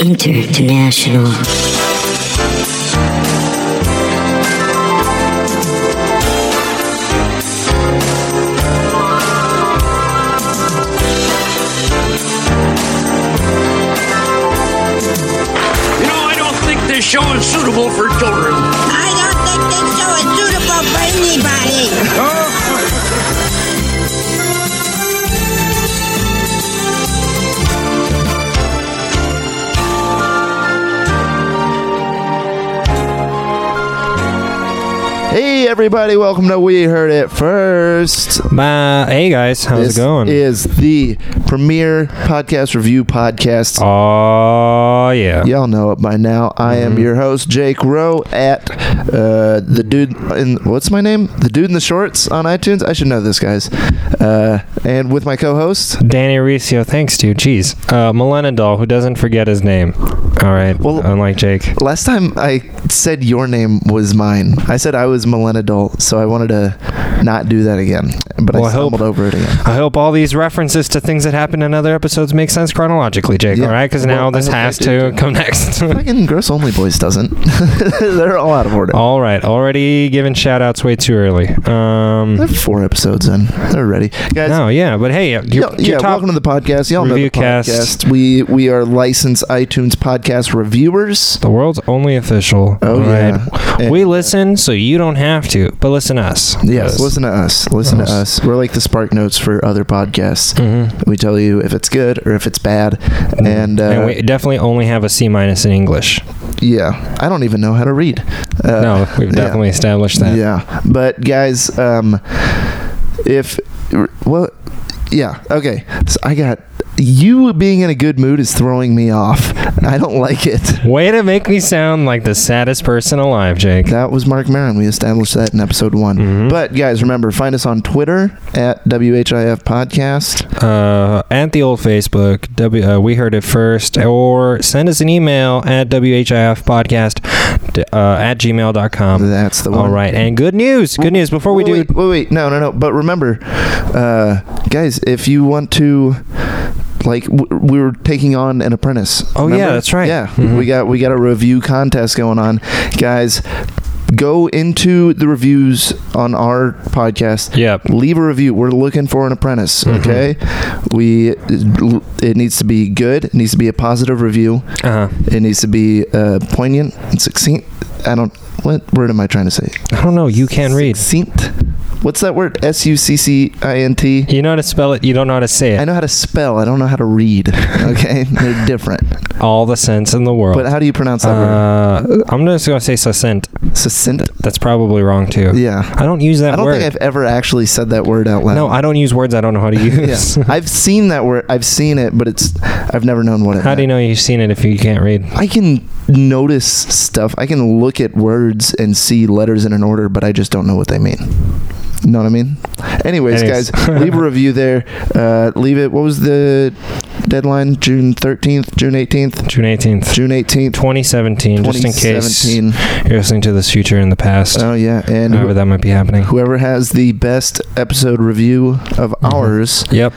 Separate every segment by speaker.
Speaker 1: International.
Speaker 2: You know, I don't think this show is suitable for children.
Speaker 3: I don't think this show is suitable for anybody.
Speaker 4: Hey everybody, welcome to We Heard It First.
Speaker 5: Uh, hey guys, how's
Speaker 4: this
Speaker 5: it going?
Speaker 4: is the premier podcast review podcast.
Speaker 5: oh yeah.
Speaker 4: Y'all know it by now. I
Speaker 5: Mm-hmm.
Speaker 4: am your host, Jake Rowe, at uh, the dude in what's my name? The dude in the shorts on iTunes. I should know this, guys. Uh, and with my co-host.
Speaker 5: Danny Riccio, thanks dude. Jeez, uh, Milena Doll, who doesn't forget his name. All right.
Speaker 4: Well-
Speaker 5: Well, unlike Jake.
Speaker 4: Last time I said your name was mine. I said I was Millennial, Adult, so I wanted to not do that again. But
Speaker 5: Well,
Speaker 4: I
Speaker 5: I hope-
Speaker 4: stumbled over it again.
Speaker 5: I hope all these references to things that happened in other episodes make sense chronologically, Jake.
Speaker 4: Yeah.
Speaker 5: All right, because now
Speaker 4: Well, I
Speaker 5: this
Speaker 4: hope they
Speaker 5: has
Speaker 4: do,
Speaker 5: to come next.
Speaker 4: Fucking Gross Only Boys doesn't. They're all out of order.
Speaker 5: all right, already giving shout outs way too early. Um,
Speaker 4: They're four episodes in. They're ready, guys.
Speaker 5: no, yeah, but hey, uh, your,
Speaker 4: Yo-
Speaker 5: your
Speaker 4: yeah,
Speaker 5: top
Speaker 4: welcome to the podcast. Y'all know the
Speaker 5: review cast.
Speaker 4: podcast. We we are licensed iTunes podcast reviewers.
Speaker 5: The world's only official.
Speaker 4: Oh,
Speaker 5: All right.
Speaker 4: yeah. And- uh,
Speaker 5: we listen, so you don't have to, but listen to us.
Speaker 4: Yes, listen to us. Listen to us. We're like the spark notes for other podcasts.
Speaker 5: Mm. Mm-hmm.
Speaker 4: We tell you if it's good or if it's bad, and, uh,
Speaker 5: and we definitely only have a C minus in English.
Speaker 4: yeah, I don't even know how to read. Uh,
Speaker 5: no, we've
Speaker 4: yeah.
Speaker 5: definitely established that.
Speaker 4: Yeah, but guys, um, if well, yeah, okay. So I got you being in a good mood is throwing me off. I don't like it.
Speaker 5: Way to make me sound like the saddest person alive, Jake.
Speaker 4: That was Mark Maron. We established that in episode one.
Speaker 5: Mm-hmm.
Speaker 4: But guys, remember, find us on Twitter at WHIF Podcast.
Speaker 5: Uh, at the old Facebook, w, uh, we heard it first, or send us an email at whifpodcast d- uh, at gmail.com.
Speaker 4: That's the one.
Speaker 5: Um, All right, and good news. Good news. Before we
Speaker 4: Wait,
Speaker 5: do,
Speaker 4: wait, wait, wait. no, no, no. But remember, uh, guys, if you want to, like, w- we were taking on an apprentice.
Speaker 5: Oh, yeah,
Speaker 4: remember?
Speaker 5: that's right. Mm-hmm.
Speaker 4: Yeah, we got we got a review contest going on, guys. Go into the reviews on our podcast.
Speaker 5: Yep.
Speaker 4: Leave a review. We're looking for an apprentice.
Speaker 5: Mm-hmm.
Speaker 4: Okay. We it needs to be good. It needs to be a positive review.
Speaker 5: uh,
Speaker 4: It needs to be uh, poignant and succinct. I don't. What word am I trying to say?
Speaker 5: I don't know. You can read.
Speaker 4: Succinct. What's that word? S U C C I N T.
Speaker 5: You know how to spell it. You don't know how to say
Speaker 4: I
Speaker 5: it.
Speaker 4: know how to spell. I don't know how to read. Okay, they're different.
Speaker 5: All the sense in the world.
Speaker 4: But how do you pronounce that word?
Speaker 5: uh, I'm just gonna say succinct.
Speaker 4: Succinct.
Speaker 5: That's probably wrong too.
Speaker 4: Yeah.
Speaker 5: Uh, I don't use that
Speaker 4: I don't
Speaker 5: word.
Speaker 4: think I've ever actually said that word out loud.
Speaker 5: no, I don't use words I don't know how to
Speaker 4: Yeah.
Speaker 5: use.
Speaker 4: I've seen that word. I've seen it, but it's. I've never known what it.
Speaker 5: How do you know you've seen it if you can't read?
Speaker 4: I can notice stuff. I can look at words and see letters in an order, but I just don't know what they mean. Know what I mean? Anyways,
Speaker 5: Anyways.
Speaker 4: guys, leave a review there. Uh, leave it. What was the deadline? June thirteenth, June eighteenth,
Speaker 5: June 18th,
Speaker 4: June eighteenth,
Speaker 5: 2017, just in case you're listening to this future in the past,
Speaker 4: Oh yeah, and
Speaker 5: however
Speaker 4: wh-
Speaker 5: that might be happening.
Speaker 4: whoever has the best episode review of
Speaker 5: Mm-hmm.
Speaker 4: ours,
Speaker 5: Yep.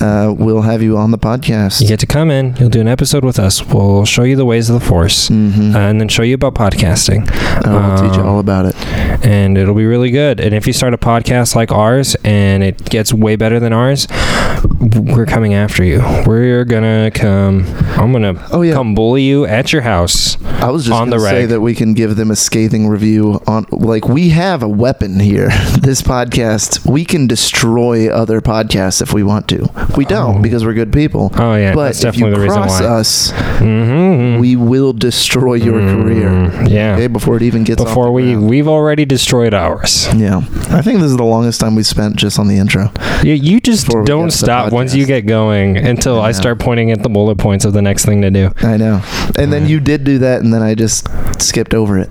Speaker 4: uh, will have you on the
Speaker 5: You
Speaker 4: podcast.
Speaker 5: get to come in, you'll do an episode with us. We'll show you the ways of the force.
Speaker 4: Mm-hmm.
Speaker 5: uh, and then show you about podcasting,
Speaker 4: I'll teach you
Speaker 5: um,
Speaker 4: all about it.
Speaker 5: and it'll be really good. And if you start a podcast like ours and it gets way better than ours, we're coming after you. We're gonna come. I'm gonna
Speaker 4: Oh yeah,
Speaker 5: come bully you at your house.
Speaker 4: I was just
Speaker 5: on
Speaker 4: gonna
Speaker 5: the
Speaker 4: say
Speaker 5: reg.
Speaker 4: that we can give them a scathing review on like we have a weapon here. This podcast, we can destroy other podcasts if we want to. We don't
Speaker 5: Oh.
Speaker 4: because we're good people.
Speaker 5: Oh yeah,
Speaker 4: but
Speaker 5: that's
Speaker 4: if you
Speaker 5: definitely the reason
Speaker 4: cross
Speaker 5: why.
Speaker 4: us,
Speaker 5: Mm-hmm.
Speaker 4: we will destroy your career.
Speaker 5: Yeah.
Speaker 4: Okay, before it even gets off
Speaker 5: Hmm. Before
Speaker 4: the
Speaker 5: we
Speaker 4: ground.
Speaker 5: we've already destroyed ours.
Speaker 4: Yeah, I think this is the longest time we spent just on the intro.
Speaker 5: You, you just
Speaker 4: Before we get
Speaker 5: don't
Speaker 4: to the
Speaker 5: stop once
Speaker 4: podcast.
Speaker 5: you get going until I
Speaker 4: Yeah.
Speaker 5: start pointing at the bullet points of the next thing to do.
Speaker 4: I know. And then
Speaker 5: Yeah.
Speaker 4: you did do that, and then I just skipped over it.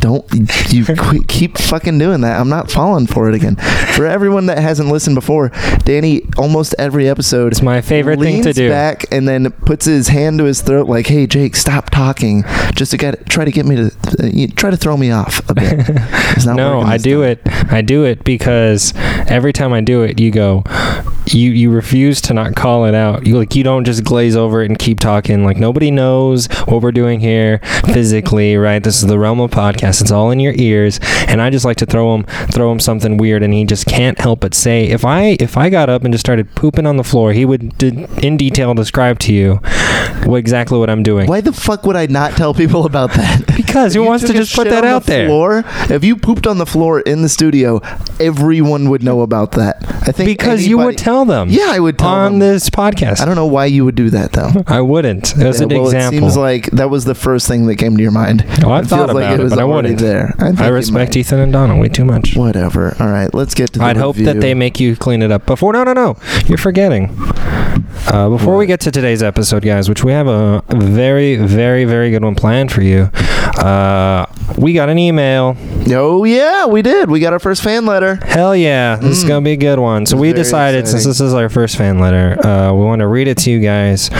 Speaker 4: Don't you qu- keep fucking doing that? I'm not falling for it again. For everyone that hasn't listened before, Danny almost every episode
Speaker 5: It's my favorite thing
Speaker 4: leans
Speaker 5: to do.
Speaker 4: back and then puts his hand to his throat like, "Hey Jake, stop talking." Just to get try to get me to uh, you- try to throw me off a bit. It's not
Speaker 5: No,
Speaker 4: working
Speaker 5: I
Speaker 4: this
Speaker 5: do
Speaker 4: time.
Speaker 5: it. I do it because every time I do it, you go, you you refuse to not call it out. You like you don't just glaze over it and keep talking. Like nobody knows what we're doing here physically, right? This is the realm of podcast. It's all in your ears, and I just like to throw him throw him something weird, and he just can't help but say, if I if I got up and just started pooping on the floor, he would d- in detail describe to you what exactly what I'm doing.
Speaker 4: Why the fuck would I not tell people about that?
Speaker 5: Because who
Speaker 4: If you
Speaker 5: wants to
Speaker 4: took a
Speaker 5: just put
Speaker 4: shit
Speaker 5: that
Speaker 4: on
Speaker 5: out
Speaker 4: the
Speaker 5: there?
Speaker 4: Floor, if you pooped on the floor in the studio, everyone would know about that. I think
Speaker 5: Because you would
Speaker 4: anybody-
Speaker 5: tell them.
Speaker 4: Yeah, I would tell them.
Speaker 5: on this podcast.
Speaker 4: I don't know why you would do that though.
Speaker 5: I wouldn't. As an
Speaker 4: Yeah, well,
Speaker 5: example.
Speaker 4: It seems like that was the first thing that came to your mind.
Speaker 5: Oh, I
Speaker 4: It
Speaker 5: thought
Speaker 4: feels like
Speaker 5: about it,
Speaker 4: was
Speaker 5: but I
Speaker 4: already
Speaker 5: wouldn't.
Speaker 4: There, think
Speaker 5: I
Speaker 4: you
Speaker 5: respect
Speaker 4: might.
Speaker 5: Ethan and Donna way too much.
Speaker 4: Whatever. All right, let's get to. The
Speaker 5: I'd hope that
Speaker 4: review.
Speaker 5: they make you clean it up before. No, no, no. You're forgetting. Uh, before we get to today's episode, guys, which we have a very, very, very good one planned for you, uh, we got an email.
Speaker 4: Oh yeah, we did. We got our first fan letter.
Speaker 5: Hell yeah, this is
Speaker 4: Mm.
Speaker 5: gonna be a good one. So
Speaker 4: This is
Speaker 5: we
Speaker 4: very
Speaker 5: decided, since
Speaker 4: exciting.
Speaker 5: this is our first fan letter, uh, we want to read it to you guys.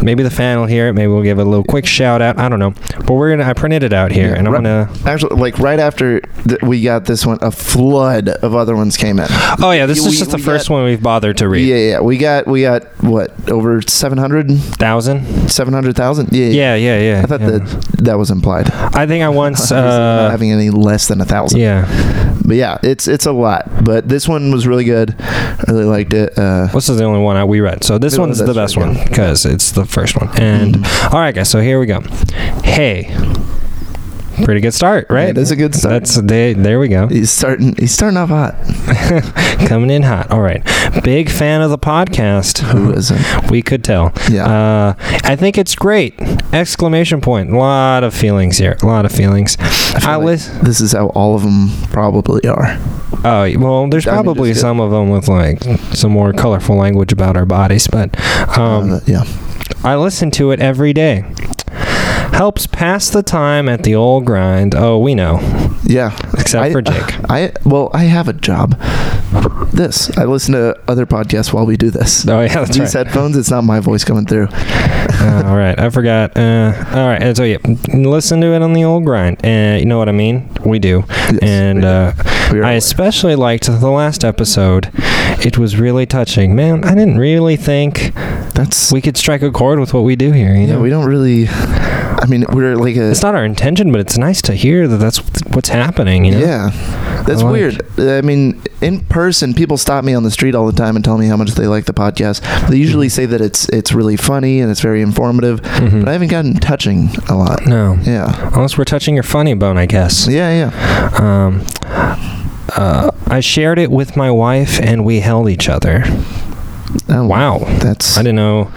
Speaker 5: Maybe the fan will hear it. Maybe we'll give it a little quick shout out. I don't know, but we're gonna. I printed it out here, and I'm
Speaker 4: Right-
Speaker 5: gonna.
Speaker 4: Actually, like right after th- we got this one, a flood of other ones came in.
Speaker 5: Oh yeah, this
Speaker 4: We-
Speaker 5: is just the
Speaker 4: we
Speaker 5: first
Speaker 4: got-
Speaker 5: one we've bothered to read.
Speaker 4: Yeah, yeah. We got we got what over 700?
Speaker 5: Thousand.
Speaker 4: 700,000? Yeah,
Speaker 5: Yeah, yeah, yeah.
Speaker 4: I thought
Speaker 5: yeah.
Speaker 4: that that was implied.
Speaker 5: I think I once.
Speaker 4: Obviously, we're not
Speaker 5: Uh,
Speaker 4: having any less than a thousand.
Speaker 5: yeah.
Speaker 4: But yeah, it's it's a lot. But this one was really good. I really liked it. Uh,
Speaker 5: This is the only one I, we read. So this
Speaker 4: Yeah,
Speaker 5: one's the
Speaker 4: that's
Speaker 5: best
Speaker 4: right,
Speaker 5: one
Speaker 4: yeah. Mm-hmm.
Speaker 5: because it's the first one. And all right, guys. So here we go. Hey. Pretty good start, right?
Speaker 4: Yeah, that's a good start.
Speaker 5: That's they, there we go.
Speaker 4: he's starting he's starting off hot.
Speaker 5: Coming in hot. All right. Big fan of the podcast.
Speaker 4: Who isn't?
Speaker 5: We could tell.
Speaker 4: Yeah.
Speaker 5: Uh, I think it's great! Exclamation point. A lot of feelings here. A lot of feelings. I,
Speaker 4: feel like
Speaker 5: listen.
Speaker 4: This is how all of them probably are.
Speaker 5: Oh well, there's
Speaker 4: I mean,
Speaker 5: probably
Speaker 4: just get-
Speaker 5: some of them with like some more colorful language about our bodies, but um,
Speaker 4: Uh, yeah.
Speaker 5: I listen to it every day. Helps pass the time at the old grind. Oh, we know,
Speaker 4: Yeah.
Speaker 5: except
Speaker 4: I-
Speaker 5: for Jake.
Speaker 4: I well, I have a job. This I listen to other podcasts while we do this.
Speaker 5: Oh yeah, that's
Speaker 4: These
Speaker 5: right.
Speaker 4: headphones, it's not my voice coming through.
Speaker 5: Uh, all right, I forgot. Uh, all right, and so yeah, listen to it on the old grind, and you know what I mean. We do, and
Speaker 4: we do.
Speaker 5: uh,
Speaker 4: We are
Speaker 5: I
Speaker 4: aware.
Speaker 5: especially liked the last episode. It was really touching, man. I didn't really think
Speaker 4: That's
Speaker 5: we could strike a chord with what we do here. You
Speaker 4: yeah.
Speaker 5: know?
Speaker 4: We don't really. I mean, we're like a
Speaker 5: it's not our intention, but it's nice to hear that that's what's happening. You know?
Speaker 4: yeah. That's
Speaker 5: I like-
Speaker 4: weird. I mean, in person, people stop me on the street all the time and tell me how much they like the podcast. They
Speaker 5: Mm.
Speaker 4: usually say that it's it's really funny and it's very informative,
Speaker 5: Mhm.
Speaker 4: but I haven't gotten touching a lot.
Speaker 5: No.
Speaker 4: Yeah.
Speaker 5: Unless we're touching your funny bone, I guess.
Speaker 4: Yeah, yeah.
Speaker 5: Um, uh, I shared it with my wife, and we held each other.
Speaker 4: Oh,
Speaker 5: Wow.
Speaker 4: That's
Speaker 5: I didn't know.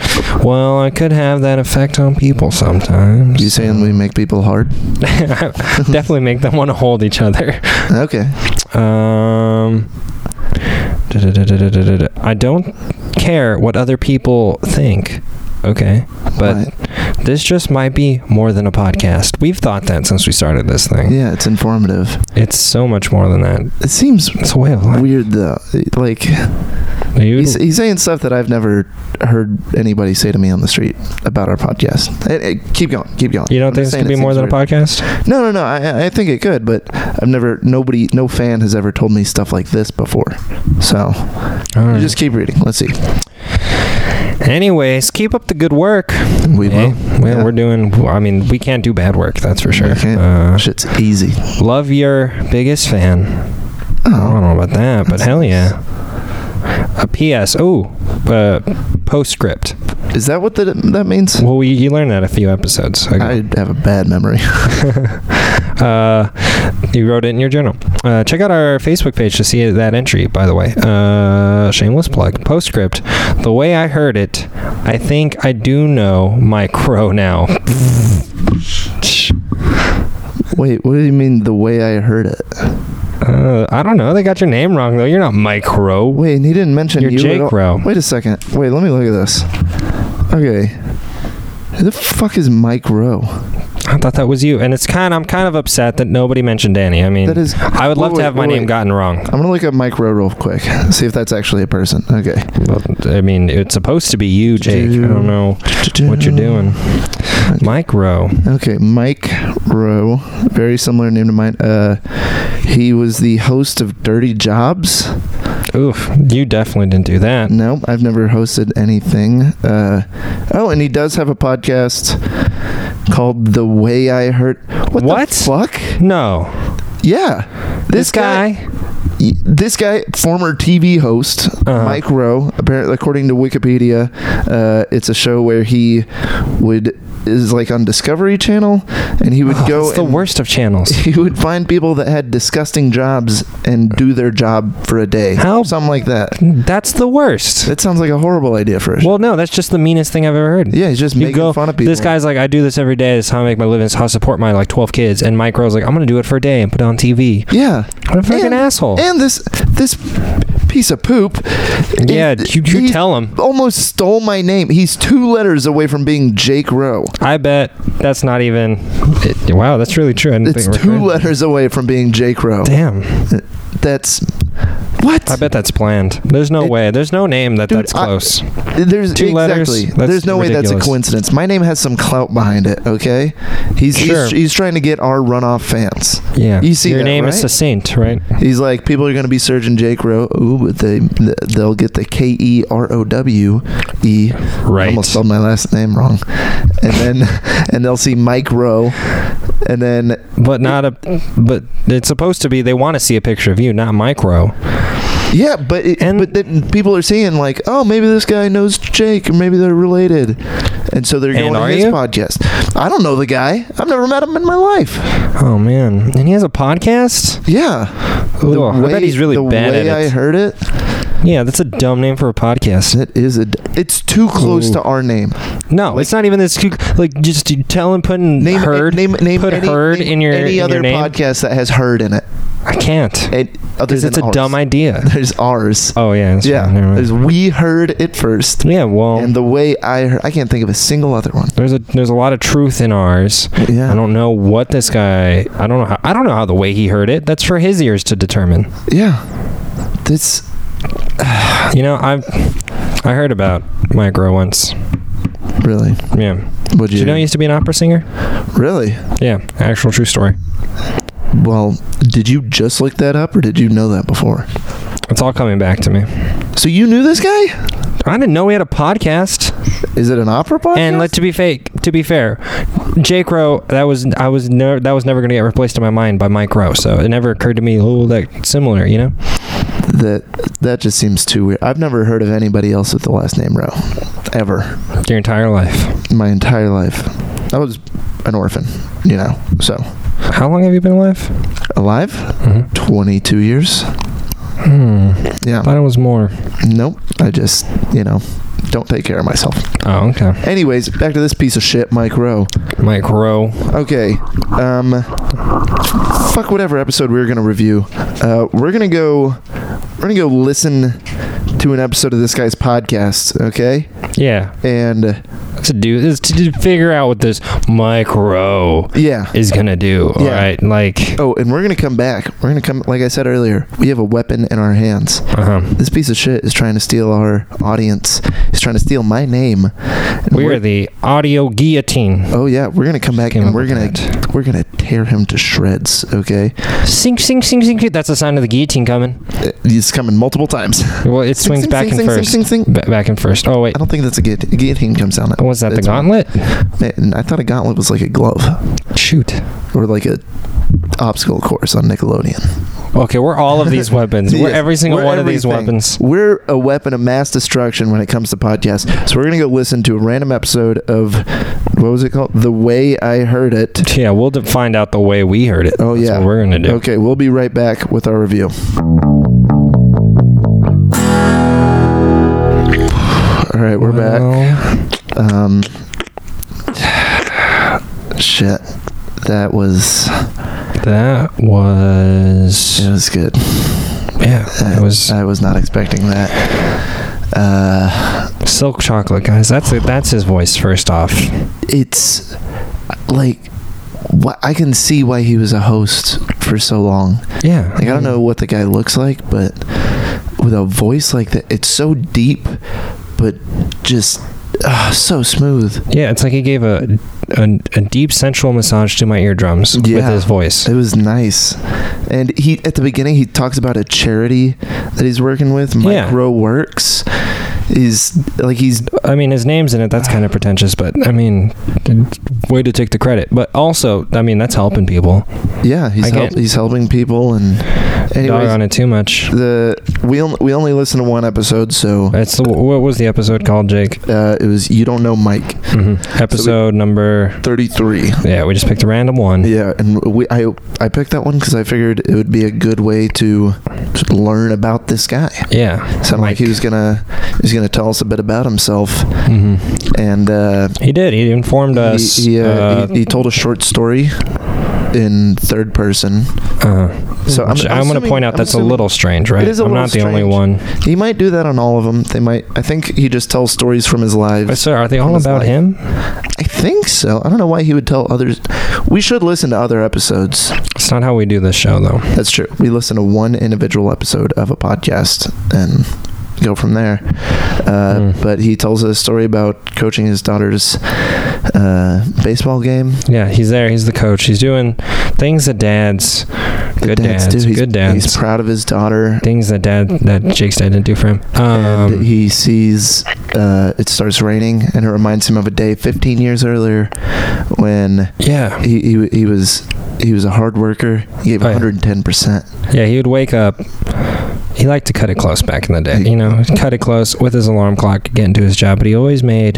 Speaker 5: Well, I could have that effect on people sometimes.
Speaker 4: you saying we make people hard?
Speaker 5: Definitely make them want to hold each other.
Speaker 4: Okay.
Speaker 5: Um, da-da-da-da-da-da-da. I don't care what other people think. Okay. But
Speaker 4: Right.
Speaker 5: this just might be more than a podcast. We've thought that since we started this thing.
Speaker 4: yeah, it's informative.
Speaker 5: It's so much more than that.
Speaker 4: It seems
Speaker 5: It's a way of life.
Speaker 4: weird though. Like
Speaker 5: dude.
Speaker 4: he's, he's saying stuff that I've never heard anybody say to me on the street about our podcast. Hey, hey, keep going, keep going.
Speaker 5: you don't
Speaker 4: I'm
Speaker 5: think
Speaker 4: just
Speaker 5: this
Speaker 4: saying
Speaker 5: could be
Speaker 4: it
Speaker 5: more
Speaker 4: seems
Speaker 5: than a
Speaker 4: weird.
Speaker 5: podcast?
Speaker 4: No, no, no. I, I think it could, but I've never, nobody, no fan has ever told me stuff like this before. So
Speaker 5: All
Speaker 4: you
Speaker 5: right.
Speaker 4: just keep reading. Let's see.
Speaker 5: Anyways, keep up the good work.
Speaker 4: We
Speaker 5: Hey,
Speaker 4: will.
Speaker 5: well,
Speaker 4: Yeah.
Speaker 5: we're doing. I mean, we can't do bad work. That's for sure.
Speaker 4: Okay.
Speaker 5: Uh,
Speaker 4: Shit's easy.
Speaker 5: love your biggest fan. I don't
Speaker 4: Oh,
Speaker 5: know about that, but
Speaker 4: That's
Speaker 5: hell
Speaker 4: nice.
Speaker 5: yeah. A P.S. Oh, uh, postscript.
Speaker 4: is that what that that means?
Speaker 5: Well, we you learned that a few episodes ago.
Speaker 4: I have a bad memory.
Speaker 5: uh, you wrote it in your journal. Uh, check out our Facebook page to see that entry, by the way. Uh, shameless plug. Postscript. The way I heard it, I think I do know my crow now.
Speaker 4: Wait, what do you mean the way I heard it?
Speaker 5: Uh, I don't know. They got your name wrong, though. You're not Mike Crow.
Speaker 4: Wait, and he didn't mention
Speaker 5: You're
Speaker 4: you at
Speaker 5: Jake
Speaker 4: all-
Speaker 5: Rowe.
Speaker 4: Wait a second. Wait, let me look at this. Okay. Who the fuck is Mike Rowe?
Speaker 5: I thought that was you. And it's kind I'm kind of upset that nobody mentioned Danny. I mean,
Speaker 4: That is-
Speaker 5: I would love
Speaker 4: wait,
Speaker 5: to have my
Speaker 4: wait,
Speaker 5: name
Speaker 4: wait.
Speaker 5: gotten wrong.
Speaker 4: I'm gonna look up Mike Rowe real quick. See if that's actually a person. Okay.
Speaker 5: But, I mean, it's supposed to be you, Jake. I don't know what you're doing. Mike Rowe.
Speaker 4: Okay, Mike Rowe, very similar name to mine. Uh, he was the host of Dirty Jobs.
Speaker 5: host. Oof, you definitely didn't do that.
Speaker 4: No, I've never hosted anything. Uh, oh, and he does have a podcast called "The Way I Hurt." What,
Speaker 5: What?
Speaker 4: the fuck?
Speaker 5: No,
Speaker 4: Yeah,
Speaker 5: this, guy,
Speaker 4: y- this guy, former TV host
Speaker 5: Uh-huh.
Speaker 4: Mike Rowe, apparently according to Wikipedia, uh, it's a show where he would is like on Discovery Channel, and he would
Speaker 5: Oh,
Speaker 4: go
Speaker 5: it's the
Speaker 4: and
Speaker 5: worst of channels.
Speaker 4: He would find people that had disgusting jobs and do their job for a day,
Speaker 5: How-
Speaker 4: something like that.
Speaker 5: That's the worst.
Speaker 4: That sounds like a horrible idea for a show.
Speaker 5: Well, no, that's just the meanest thing I've ever heard.
Speaker 4: yeah, he's just
Speaker 5: You
Speaker 4: making
Speaker 5: go,
Speaker 4: fun of people.
Speaker 5: This guy's like, I do this every day. This is how I make my living. This is how I support my like twelve kids. And Mike Rowe's like, I'm gonna do it for a day and put it on TV.
Speaker 4: yeah,
Speaker 5: What a fucking
Speaker 4: And-
Speaker 5: asshole.
Speaker 4: and this this piece of poop.
Speaker 5: yeah,
Speaker 4: it-
Speaker 5: you, you
Speaker 4: he
Speaker 5: tell him.
Speaker 4: Almost stole my name. He's two letters away from being Jake Rowe.
Speaker 5: I bet that's not even. It, wow, that's really true. I didn't
Speaker 4: It's
Speaker 5: think
Speaker 4: two
Speaker 5: we're-
Speaker 4: letters away from being Jake Rowe.
Speaker 5: Damn,
Speaker 4: That's what?
Speaker 5: I bet that's planned. There's no
Speaker 4: It-
Speaker 5: way. There's no name that
Speaker 4: Dude,
Speaker 5: that's
Speaker 4: I-
Speaker 5: close.
Speaker 4: There's
Speaker 5: Uh, two
Speaker 4: exactly.
Speaker 5: letters? That's
Speaker 4: There's no way that's a
Speaker 5: ridiculous.
Speaker 4: coincidence. My name has some clout behind it. Okay, he's
Speaker 5: Sure.
Speaker 4: he's, he's trying to get our runoff fans.
Speaker 5: yeah,
Speaker 4: you see
Speaker 5: your
Speaker 4: that,
Speaker 5: name is
Speaker 4: right?
Speaker 5: succinct, right?
Speaker 4: He's like, people are going to be Surgeon Jake Rowe. Ooh, but they they'll get the K E R O W E. I
Speaker 5: Right.
Speaker 4: almost spelled my last name wrong. And then and they'll see Mike Rowe. And then
Speaker 5: But not a. But it's supposed to be. They want to see a picture of you, not micro.
Speaker 4: yeah, but it,
Speaker 5: And-
Speaker 4: but then people are seeing like, oh, maybe this guy knows Jake, or maybe they're related, and so they're
Speaker 5: And
Speaker 4: going
Speaker 5: are
Speaker 4: to his
Speaker 5: you?
Speaker 4: podcast. I don't know the guy. I've never met him in my life.
Speaker 5: Oh man, and he has a podcast.
Speaker 4: Yeah,
Speaker 5: Ugh, I bet he's really
Speaker 4: the
Speaker 5: bad
Speaker 4: way
Speaker 5: at
Speaker 4: I
Speaker 5: it.
Speaker 4: heard it,
Speaker 5: yeah, that's a dumb name for a podcast.
Speaker 4: it is a. d- It's too close
Speaker 5: Ooh.
Speaker 4: to our name.
Speaker 5: No, it's not even this. cu- Like just you tell him putting
Speaker 4: Name
Speaker 5: herd.
Speaker 4: Name, name
Speaker 5: put
Speaker 4: any,
Speaker 5: herd
Speaker 4: name
Speaker 5: in your
Speaker 4: any
Speaker 5: in
Speaker 4: other
Speaker 5: your name.
Speaker 4: podcast that has herd in it.
Speaker 5: I can't
Speaker 4: And other
Speaker 5: because
Speaker 4: than
Speaker 5: it's a
Speaker 4: ours.
Speaker 5: dumb idea.
Speaker 4: There's ours.
Speaker 5: Oh yeah, that's
Speaker 4: yeah,
Speaker 5: fine, never mind.
Speaker 4: there's we heard it first,
Speaker 5: yeah. Well,
Speaker 4: and the way I heard, I can't think of a single other one.
Speaker 5: there's a there's a lot of truth in ours.
Speaker 4: Yeah,
Speaker 5: I don't know what this guy. I don't know how. I don't know how the way he heard it. That's for his ears to determine.
Speaker 4: yeah, that's
Speaker 5: You know, I I heard about micro once.
Speaker 4: really.
Speaker 5: Yeah.
Speaker 4: Would
Speaker 5: Did you know he used to be an opera singer?
Speaker 4: really?
Speaker 5: Yeah, actual true story.
Speaker 4: Well, did you just look that up, or did you know that before?
Speaker 5: It's all coming back to me.
Speaker 4: So you knew this guy?
Speaker 5: I didn't know he had a podcast.
Speaker 4: Is it an opera podcast?
Speaker 5: And let to be fake, to be fair, Jake Rowe. That was I was never that was never going to get replaced in my mind by Mike Rowe. So it never occurred to me. Oh, that similar, you know.
Speaker 4: that that just seems too weird. I've never heard of anybody else with the last name Rowe, ever,
Speaker 5: Your entire life.
Speaker 4: in my entire life. I was an orphan, you know. So
Speaker 5: How long have you been alive?
Speaker 4: alive,
Speaker 5: hmm
Speaker 4: twenty-two years.
Speaker 5: Hmm.
Speaker 4: Yeah.
Speaker 5: Thought it was more.
Speaker 4: Nope. I just, you know, don't take care of myself.
Speaker 5: Oh, okay.
Speaker 4: Anyways, back to this piece of shit, Mike Rowe.
Speaker 5: Mike Rowe.
Speaker 4: Okay. Um fuck whatever episode we are going to review. Uh we're going to go we're going to go listen to an episode of this guy's podcast, okay?
Speaker 5: Yeah.
Speaker 4: And
Speaker 5: To do is to do- figure out what this Mike Rowe
Speaker 4: yeah.
Speaker 5: is gonna do. All
Speaker 4: Yeah.
Speaker 5: right. Like.
Speaker 4: Oh, and we're going to come back. We're going to come like I said earlier. We have a weapon in our hands.
Speaker 5: Uh huh.
Speaker 4: This piece of shit is trying to steal our audience. He's trying to steal my name. And
Speaker 5: We
Speaker 4: we're-
Speaker 5: are the audio guillotine.
Speaker 4: Oh yeah, we're gonna come back
Speaker 5: Came
Speaker 4: and
Speaker 5: up
Speaker 4: we're
Speaker 5: with
Speaker 4: gonna
Speaker 5: that.
Speaker 4: we're gonna tear him to shreds. Okay,
Speaker 5: Sing, sing, sing, sing. That's the sound of the guillotine coming.
Speaker 4: Uh, he's coming multiple times.
Speaker 5: Well, it swings
Speaker 4: Sing,
Speaker 5: back
Speaker 4: sing,
Speaker 5: and
Speaker 4: sing,
Speaker 5: first.
Speaker 4: Sing, sing, sing.
Speaker 5: Ba- back and first. Oh wait,
Speaker 4: I don't think that's a guillotine. Guillotine comes down.
Speaker 5: was that the
Speaker 4: It's-
Speaker 5: gauntlet?
Speaker 4: Man, I thought a gauntlet was like a glove
Speaker 5: Shoot.
Speaker 4: or like a obstacle course on Nickelodeon.
Speaker 5: Okay, we're all of these weapons. We're
Speaker 4: Yes,
Speaker 5: every single
Speaker 4: we're
Speaker 5: one of these
Speaker 4: everything.
Speaker 5: weapons.
Speaker 4: We're a weapon of mass destruction when it comes to podcasts. So we're gonna go listen to a random episode of what was it called? The way I heard it.
Speaker 5: Yeah, we'll d- find out the way we heard it.
Speaker 4: Oh,
Speaker 5: That's
Speaker 4: yeah.
Speaker 5: what we're gonna do.
Speaker 4: Okay, we'll be right back with our review. All right, we're back.
Speaker 5: Well,
Speaker 4: Um, shit, that was
Speaker 5: that was
Speaker 4: it was good.
Speaker 5: yeah.
Speaker 4: Uh,
Speaker 5: That was
Speaker 4: I was not expecting that. Uh,
Speaker 5: silk chocolate, guys. That's it. That's his voice. First off,
Speaker 4: it's like wh- I can see why he was a host for so long.
Speaker 5: yeah.
Speaker 4: Like I don't
Speaker 5: Mm-hmm.
Speaker 4: know what the guy looks like, but with a voice like that, it's so deep, but just uh, so smooth.
Speaker 5: Yeah, it's like he gave a a, a deep sensual massage to my eardrums with
Speaker 4: Yeah.
Speaker 5: his voice.
Speaker 4: It was nice. And he at the beginning he talks about a charity that he's working with,
Speaker 5: Yeah.
Speaker 4: Micro Works. Is like he's
Speaker 5: I mean, his name's in it. That's kind of pretentious, but I mean, way to take the credit. But also, I mean, that's helping people.
Speaker 4: yeah, he's
Speaker 5: I
Speaker 4: help,
Speaker 5: can't-
Speaker 4: he's helping people and
Speaker 5: Dog
Speaker 4: anyways
Speaker 5: on it too much.
Speaker 4: the we on, we only listen to one episode so
Speaker 5: That's the, what was the episode called, Jake?
Speaker 4: uh, it was you don't know Mike
Speaker 5: hmm Episode number.
Speaker 4: 33.
Speaker 5: Yeah, we just picked a random one.
Speaker 4: Yeah, and we I I picked that one cuz I figured it would be a good way to just learn about this guy.
Speaker 5: Yeah.
Speaker 4: Sound like he was gonna he was gonna tell us a bit about himself,
Speaker 5: hmm
Speaker 4: and uh,
Speaker 5: He did. He informed us.
Speaker 4: He, he, uh,
Speaker 5: uh,
Speaker 4: he, he told a short story in third person.
Speaker 5: uh,
Speaker 4: So I'm,
Speaker 5: which I'm, going to point out that's a little strange, right?
Speaker 4: It is a
Speaker 5: I'm
Speaker 4: little
Speaker 5: not the only
Speaker 4: strange.
Speaker 5: one.
Speaker 4: He might do that on all of them. They might. I think he just tells stories from his
Speaker 5: But
Speaker 4: lives.
Speaker 5: sir, are they
Speaker 4: From
Speaker 5: all
Speaker 4: his
Speaker 5: about
Speaker 4: life.
Speaker 5: him?
Speaker 4: I think so. I don't know why he would tell others. We should listen to other episodes.
Speaker 5: It's not how we do this show, though.
Speaker 4: That's true. We listen to one individual episode of a podcast and go from there. Uh,
Speaker 5: Hmm.
Speaker 4: But he tells a story about coaching his daughter's uh, baseball game.
Speaker 5: Yeah, he's there. He's the coach. He's doing things that dads,
Speaker 4: The
Speaker 5: good dads,
Speaker 4: do. He's,
Speaker 5: good dads,
Speaker 4: He's proud of his daughter.
Speaker 5: things that dad that Jake's dad didn't do for him.
Speaker 4: and
Speaker 5: Um,
Speaker 4: he sees uh, it starts raining, and it reminds him of a day 15 years earlier when
Speaker 5: yeah,
Speaker 4: he he, he was he was a hard worker. He gave
Speaker 5: Oh, yeah.
Speaker 4: 110 percent.
Speaker 5: yeah. He would wake up. He liked to cut it close back in the day. You know, he'd cut it close with his alarm clock, get into his job. But he always made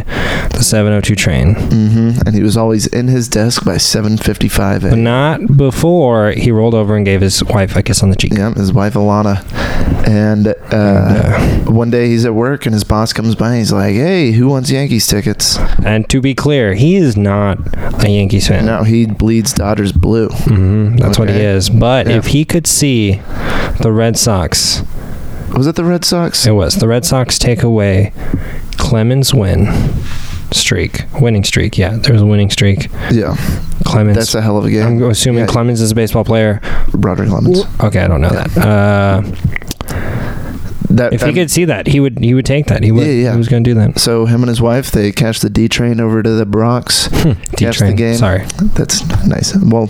Speaker 5: the 7:02 train,
Speaker 4: hmm And he was always in his desk by 7:55
Speaker 5: but
Speaker 4: a.m.
Speaker 5: not before he rolled over and gave his wife a kiss on the cheek.
Speaker 4: Yeah, his wife Alana, and uh,
Speaker 5: And,
Speaker 4: one day he's at work and his boss comes by. and He's like, "Hey, who wants Yankees tickets?"
Speaker 5: And to be clear, he is not a Yankees fan.
Speaker 4: No, he bleeds Dodgers blue.
Speaker 5: hmm That's what he
Speaker 4: Okay.
Speaker 5: is. But
Speaker 4: Yeah.
Speaker 5: if he could see the Red Sox,
Speaker 4: Was it the Red Sox?
Speaker 5: it was the Red Sox take away Clemens' win streak, winning streak. Yeah, there was a winning streak.
Speaker 4: Yeah,
Speaker 5: Clemens.
Speaker 4: that's a hell of a game.
Speaker 5: I'm assuming
Speaker 4: Yeah.
Speaker 5: Clemens is a baseball player.
Speaker 4: Broderick Clemens.
Speaker 5: Okay, I don't know that. Uh,
Speaker 4: That
Speaker 5: if
Speaker 4: I'm-
Speaker 5: he could see that, he would. He would take that. He would.
Speaker 4: Um, Yeah, yeah.
Speaker 5: He was going to do that.
Speaker 4: So him and his wife, they catch the D train over to the Bronx.
Speaker 5: D train.
Speaker 4: game.
Speaker 5: Sorry.
Speaker 4: That's nice. Well,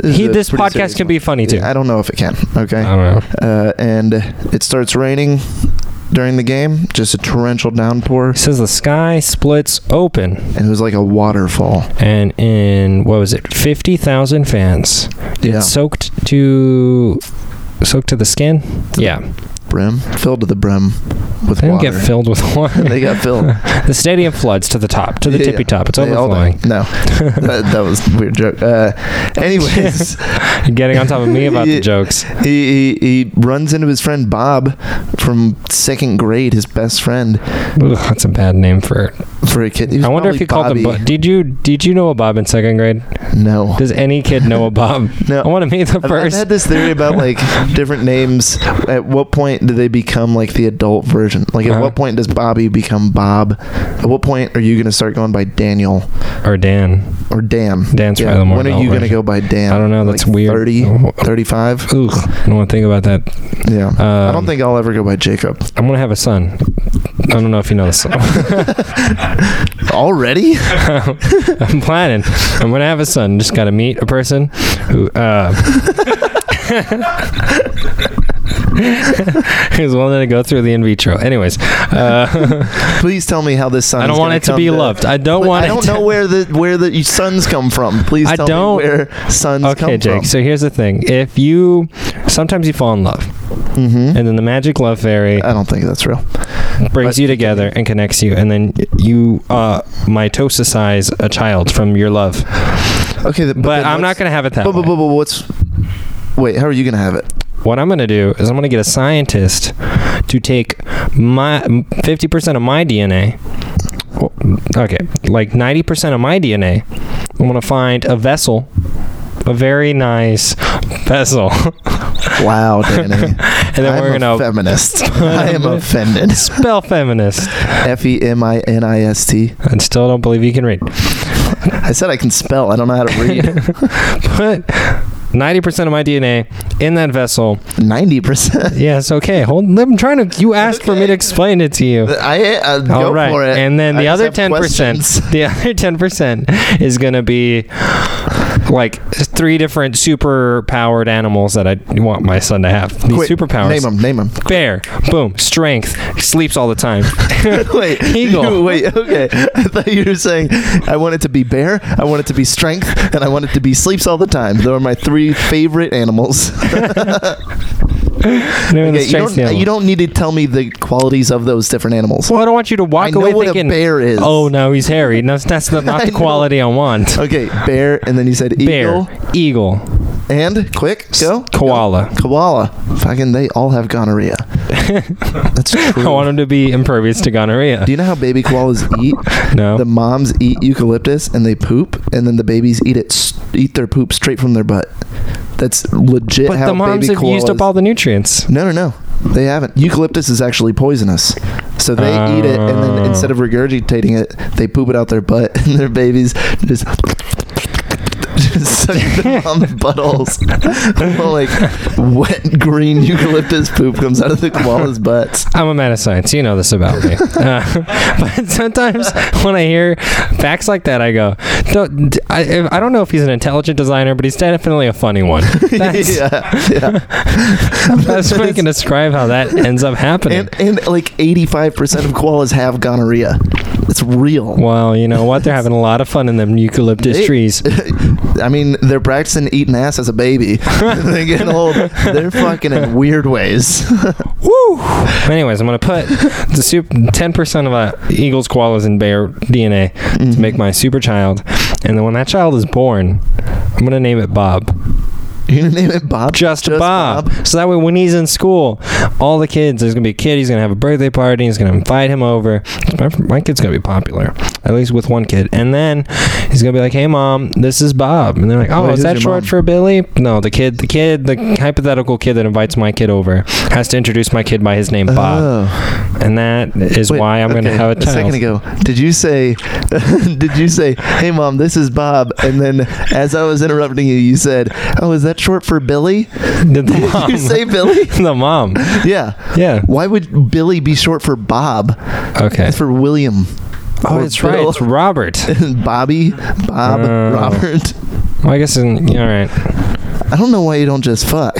Speaker 4: this,
Speaker 5: He. This podcast can be funny too. Uh-huh.
Speaker 4: I don't know if it can. Okay.
Speaker 5: I don't know.
Speaker 4: Uh, and it starts raining during the game, just a torrential downpour,
Speaker 5: He says the sky splits open.
Speaker 4: and it was like a waterfall.
Speaker 5: and in what was it 50,000 fans
Speaker 4: Yeah.
Speaker 5: it soaked to soaked to the skin yeah
Speaker 4: Brim filled to the brim with
Speaker 5: they didn't
Speaker 4: water.
Speaker 5: get filled with water
Speaker 4: they got filled.
Speaker 5: the stadium floods to the top to the
Speaker 4: Yeah, yeah.
Speaker 5: tippy top it's
Speaker 4: They all
Speaker 5: overflowing
Speaker 4: died. No, that, that was a weird joke. Uh, anyways,
Speaker 5: You're getting on top of me about
Speaker 4: Yeah.
Speaker 5: the jokes
Speaker 4: he, he he runs into his friend Bob from second grade, his best friend,
Speaker 5: Ugh, that's a bad name for it
Speaker 4: for a kid. He was
Speaker 5: i wonder if
Speaker 4: probably
Speaker 5: you called him
Speaker 4: Bobby.
Speaker 5: Bo- did you did you know a bob in second grade
Speaker 4: No.
Speaker 5: does any kid know a bob
Speaker 4: No.
Speaker 5: i want to meet the
Speaker 4: I've, I've
Speaker 5: first
Speaker 4: had this theory about like different names. At what point do they become like the adult version? Like, at
Speaker 5: Uh-huh.
Speaker 4: what point does Bobby become Bob? At what point are you going to start going by Daniel
Speaker 5: or dan
Speaker 4: or Dam?
Speaker 5: dan's
Speaker 4: Yeah,
Speaker 5: probably the more
Speaker 4: When are you
Speaker 5: adult
Speaker 4: going to
Speaker 5: version.
Speaker 4: go by Dam?
Speaker 5: i don't know that's weird
Speaker 4: 30,
Speaker 5: Ugh,
Speaker 4: 35?
Speaker 5: i don't want to think about that
Speaker 4: Yeah. I
Speaker 5: Um,
Speaker 4: don't think I'll ever go by Jacob.
Speaker 5: I'm gonna have a son. I don't know if you know this.
Speaker 4: Already?
Speaker 5: I'm planning. I'm gonna have a son. Just gotta meet a person who uh, who's willing to go through the in vitro. Anyways, uh,
Speaker 4: Please tell me how this son
Speaker 5: I don't
Speaker 4: is
Speaker 5: want
Speaker 4: gonna
Speaker 5: it to
Speaker 4: come
Speaker 5: be loved. I don't want.
Speaker 4: I
Speaker 5: it
Speaker 4: don't
Speaker 5: to-
Speaker 4: know where the where the sons come from. Please
Speaker 5: I
Speaker 4: tell
Speaker 5: don't-
Speaker 4: me where sons
Speaker 5: Okay,
Speaker 4: come
Speaker 5: Jake.
Speaker 4: from.
Speaker 5: So here's the thing: if you sometimes you fall in love,
Speaker 4: Mhm.
Speaker 5: and then the magic love fairy
Speaker 4: I don't think that's real. Uh,
Speaker 5: brings
Speaker 4: But-
Speaker 5: you together and connects you, and then you uh, mitosisize a child from your love.
Speaker 4: Okay, th-
Speaker 5: But,
Speaker 4: then
Speaker 5: I'm not
Speaker 4: what's-
Speaker 5: gonna have it that
Speaker 4: But,
Speaker 5: way.
Speaker 4: but, but, but what's? Wait, how are you gonna have it?
Speaker 5: What I'm going to do is I'm going to get a scientist to take my 50% of my DNA. well, Okay, like 90% of my DNA. I'm going to find a vessel, a very nice vessel.
Speaker 4: Wow, Danny.
Speaker 5: And then
Speaker 4: I'm
Speaker 5: we're
Speaker 4: a
Speaker 5: going to
Speaker 4: feminist. I am offended.
Speaker 5: spell feminist.
Speaker 4: F e m i n i s t.
Speaker 5: I still don't believe you can read.
Speaker 4: I said I can spell. I don't know how to read.
Speaker 5: But Ninety percent of my DNA in that vessel.
Speaker 4: Ninety percent.
Speaker 5: Yes. Okay. Hold. I'm trying to. You asked for me to explain it to you.
Speaker 4: I uh,
Speaker 5: All
Speaker 4: go
Speaker 5: right,
Speaker 4: for it.
Speaker 5: And then
Speaker 4: I
Speaker 5: the
Speaker 4: just
Speaker 5: other
Speaker 4: have
Speaker 5: ten percent,
Speaker 4: questions.
Speaker 5: the other ten percent is gonna be like three different super powered animals that I want my son to have. These
Speaker 4: Quick,
Speaker 5: superpowers.
Speaker 4: Name them. Name them.
Speaker 5: Bear, boom, strength, sleeps all the time.
Speaker 4: Wait,
Speaker 5: Eagle.
Speaker 4: wait, okay. I thought you were saying I want it to be bear, I want it to be strength, and I want it to be sleeps all the time. Those are my three favorite animals.
Speaker 5: Name the
Speaker 4: Okay, you,
Speaker 5: strength
Speaker 4: don't,
Speaker 5: animal.
Speaker 4: you don't need to tell me the qualities of those different animals.
Speaker 5: Well, I don't want you to walk
Speaker 4: I know
Speaker 5: away
Speaker 4: what a
Speaker 5: thinking
Speaker 4: bear is.
Speaker 5: Oh no, he's hairy. No, that's the, not
Speaker 4: I
Speaker 5: the
Speaker 4: know.
Speaker 5: quality I want.
Speaker 4: Okay, bear, and then you said eagle,
Speaker 5: Bear, eagle,
Speaker 4: and quick, go
Speaker 5: koala.
Speaker 4: Go. koala. Fucking, they all have gonorrhea. That's
Speaker 5: I
Speaker 4: true.
Speaker 5: want him to be impervious to gonorrhea.
Speaker 4: Do you know how baby koalas eat?
Speaker 5: No.
Speaker 4: The moms eat eucalyptus and they poop, and then the babies eat it, s- eat their poop straight from their butt. That's legit.
Speaker 5: but
Speaker 4: how
Speaker 5: the moms
Speaker 4: baby
Speaker 5: have used
Speaker 4: koalas-
Speaker 5: up all the nutrients.
Speaker 4: No, no, no. They haven't. Eucalyptus is actually poisonous. So they eat it, and
Speaker 5: Oh.
Speaker 4: then instead of regurgitating it, they poop it out their butt, and their babies just. Just suck their mom's buttholes. Well, like wet green eucalyptus poop comes out of the koala's butts.
Speaker 5: I'm a man of science. You know this about me. Uh, but sometimes when I hear facts like that, I go, don't, I, I don't know if he's an intelligent designer, but he's definitely a funny one. That's,
Speaker 4: yeah, yeah.
Speaker 5: that's what I can describe how that ends up happening.
Speaker 4: And, and like 85% of koalas have gonorrhea. It's real.
Speaker 5: well, you know what? They're having a lot of fun in them eucalyptus
Speaker 4: They-
Speaker 5: trees.
Speaker 4: I mean, they're practicing eating ass as a baby. they get old. They're fucking in weird ways.
Speaker 5: Woo! Anyways, I'm gonna put the super ten percent of uh, eagles, koalas, and bear DNA to make my super child, and then when that child is born, I'm gonna name it Bob.
Speaker 4: You gonna name it Bob?
Speaker 5: Just, Bob. So that way, when he's in school, all the kids, there's gonna be a kid. He's gonna have a birthday party. He's gonna invite him over. My, my kid's gonna be popular, at least with one kid. And then he's gonna be like, "Hey, mom, this is Bob." And they're like, "Oh,
Speaker 4: Wait,
Speaker 5: is
Speaker 4: who's
Speaker 5: that
Speaker 4: your
Speaker 5: short
Speaker 4: mom?"
Speaker 5: for Billy?" No, the kid, the kid, the hypothetical kid that invites my kid over has to introduce my kid by his name, Bob.
Speaker 4: Oh.
Speaker 5: And that is
Speaker 4: Wait,
Speaker 5: why I'm going to
Speaker 4: okay,
Speaker 5: have a child.
Speaker 4: second ago, did you say, did you say, hey mom, this is Bob? And then as I was interrupting you, you said, oh, is that short for Billy?
Speaker 5: Did the
Speaker 4: Did
Speaker 5: mom.
Speaker 4: you say Billy?
Speaker 5: the mom.
Speaker 4: Yeah.
Speaker 5: Oh, Yeah.
Speaker 4: Why would Billy be short for Bob?
Speaker 5: Okay.
Speaker 4: It's for William.
Speaker 5: Oh,
Speaker 4: Or
Speaker 5: that's right.
Speaker 4: Bill.
Speaker 5: It's Robert.
Speaker 4: Bobby, Bob,
Speaker 5: Oh.
Speaker 4: Robert.
Speaker 5: Well, I guess. In, all right.
Speaker 4: I don't know why you don't just fuck.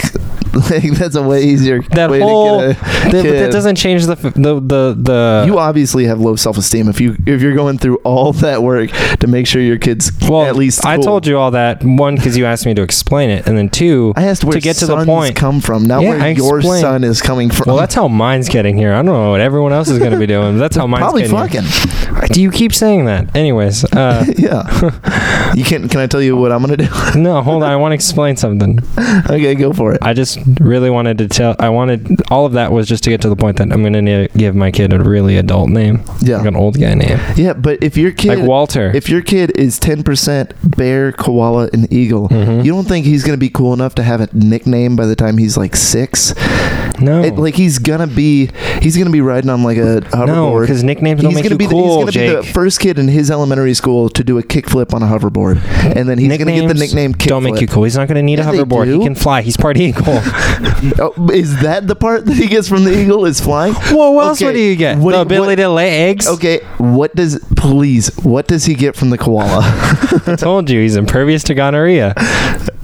Speaker 4: like that's a way easier
Speaker 5: That
Speaker 4: way
Speaker 5: whole.
Speaker 4: to
Speaker 5: That,
Speaker 4: get a
Speaker 5: but that
Speaker 4: kid.
Speaker 5: doesn't change the f- the the. the
Speaker 4: you obviously have low self-esteem if you if you're going through all that work to make sure your kids
Speaker 5: well,
Speaker 4: at least
Speaker 5: I
Speaker 4: cool.
Speaker 5: told you all that one because you asked me to explain it, and then two,
Speaker 4: I asked where
Speaker 5: to get to the
Speaker 4: sons
Speaker 5: point.
Speaker 4: come from, not
Speaker 5: Yeah,
Speaker 4: where
Speaker 5: I
Speaker 4: your
Speaker 5: explained.
Speaker 4: son is coming from.
Speaker 5: well, that's how mine's getting here. I don't know what everyone else is going to be doing. But that's how mine's
Speaker 4: probably
Speaker 5: getting.
Speaker 4: fucking.
Speaker 5: Here. Do you keep saying that? Anyways, uh,
Speaker 4: yeah. You can can I tell you what I'm gonna do?
Speaker 5: no, hold on. I want to explain something.
Speaker 4: okay, go for it.
Speaker 5: I just really wanted to tell. I wanted all of that was just to get to the point that I'm gonna ne- give my kid a really adult name,
Speaker 4: Yeah.
Speaker 5: like an old guy name,
Speaker 4: Yeah, but if your kid
Speaker 5: like Walter.
Speaker 4: if your kid is 10% bear, koala, and eagle,
Speaker 5: Mm-hmm.
Speaker 4: you don't think he's going to be cool enough to have a nickname by the time he's like six?
Speaker 5: no,
Speaker 4: It, like he's gonna be, he's gonna be riding on like a hoverboard.
Speaker 5: no, because nicknames don't
Speaker 4: he's
Speaker 5: make
Speaker 4: gonna
Speaker 5: you
Speaker 4: be
Speaker 5: cool,
Speaker 4: the, he's gonna
Speaker 5: Jake.
Speaker 4: be the first kid in his elementary school to do a kickflip on a hoverboard, and then he's gonna get the
Speaker 5: Nicknames
Speaker 4: nickname kickflip.
Speaker 5: Don't make you cool. He's not gonna need
Speaker 4: Yeah,
Speaker 5: a
Speaker 4: they
Speaker 5: hoverboard.
Speaker 4: do.
Speaker 5: He can fly. He's part eagle.
Speaker 4: Oh, is that the part that he gets from the eagle? Is flying?
Speaker 5: well, what else
Speaker 4: Okay,
Speaker 5: would he get?
Speaker 4: what
Speaker 5: the
Speaker 4: do-
Speaker 5: ability
Speaker 4: what-
Speaker 5: to lay eggs.
Speaker 4: Okay, what does please? What does he get from the koala?
Speaker 5: I told you he's impervious to gonorrhea.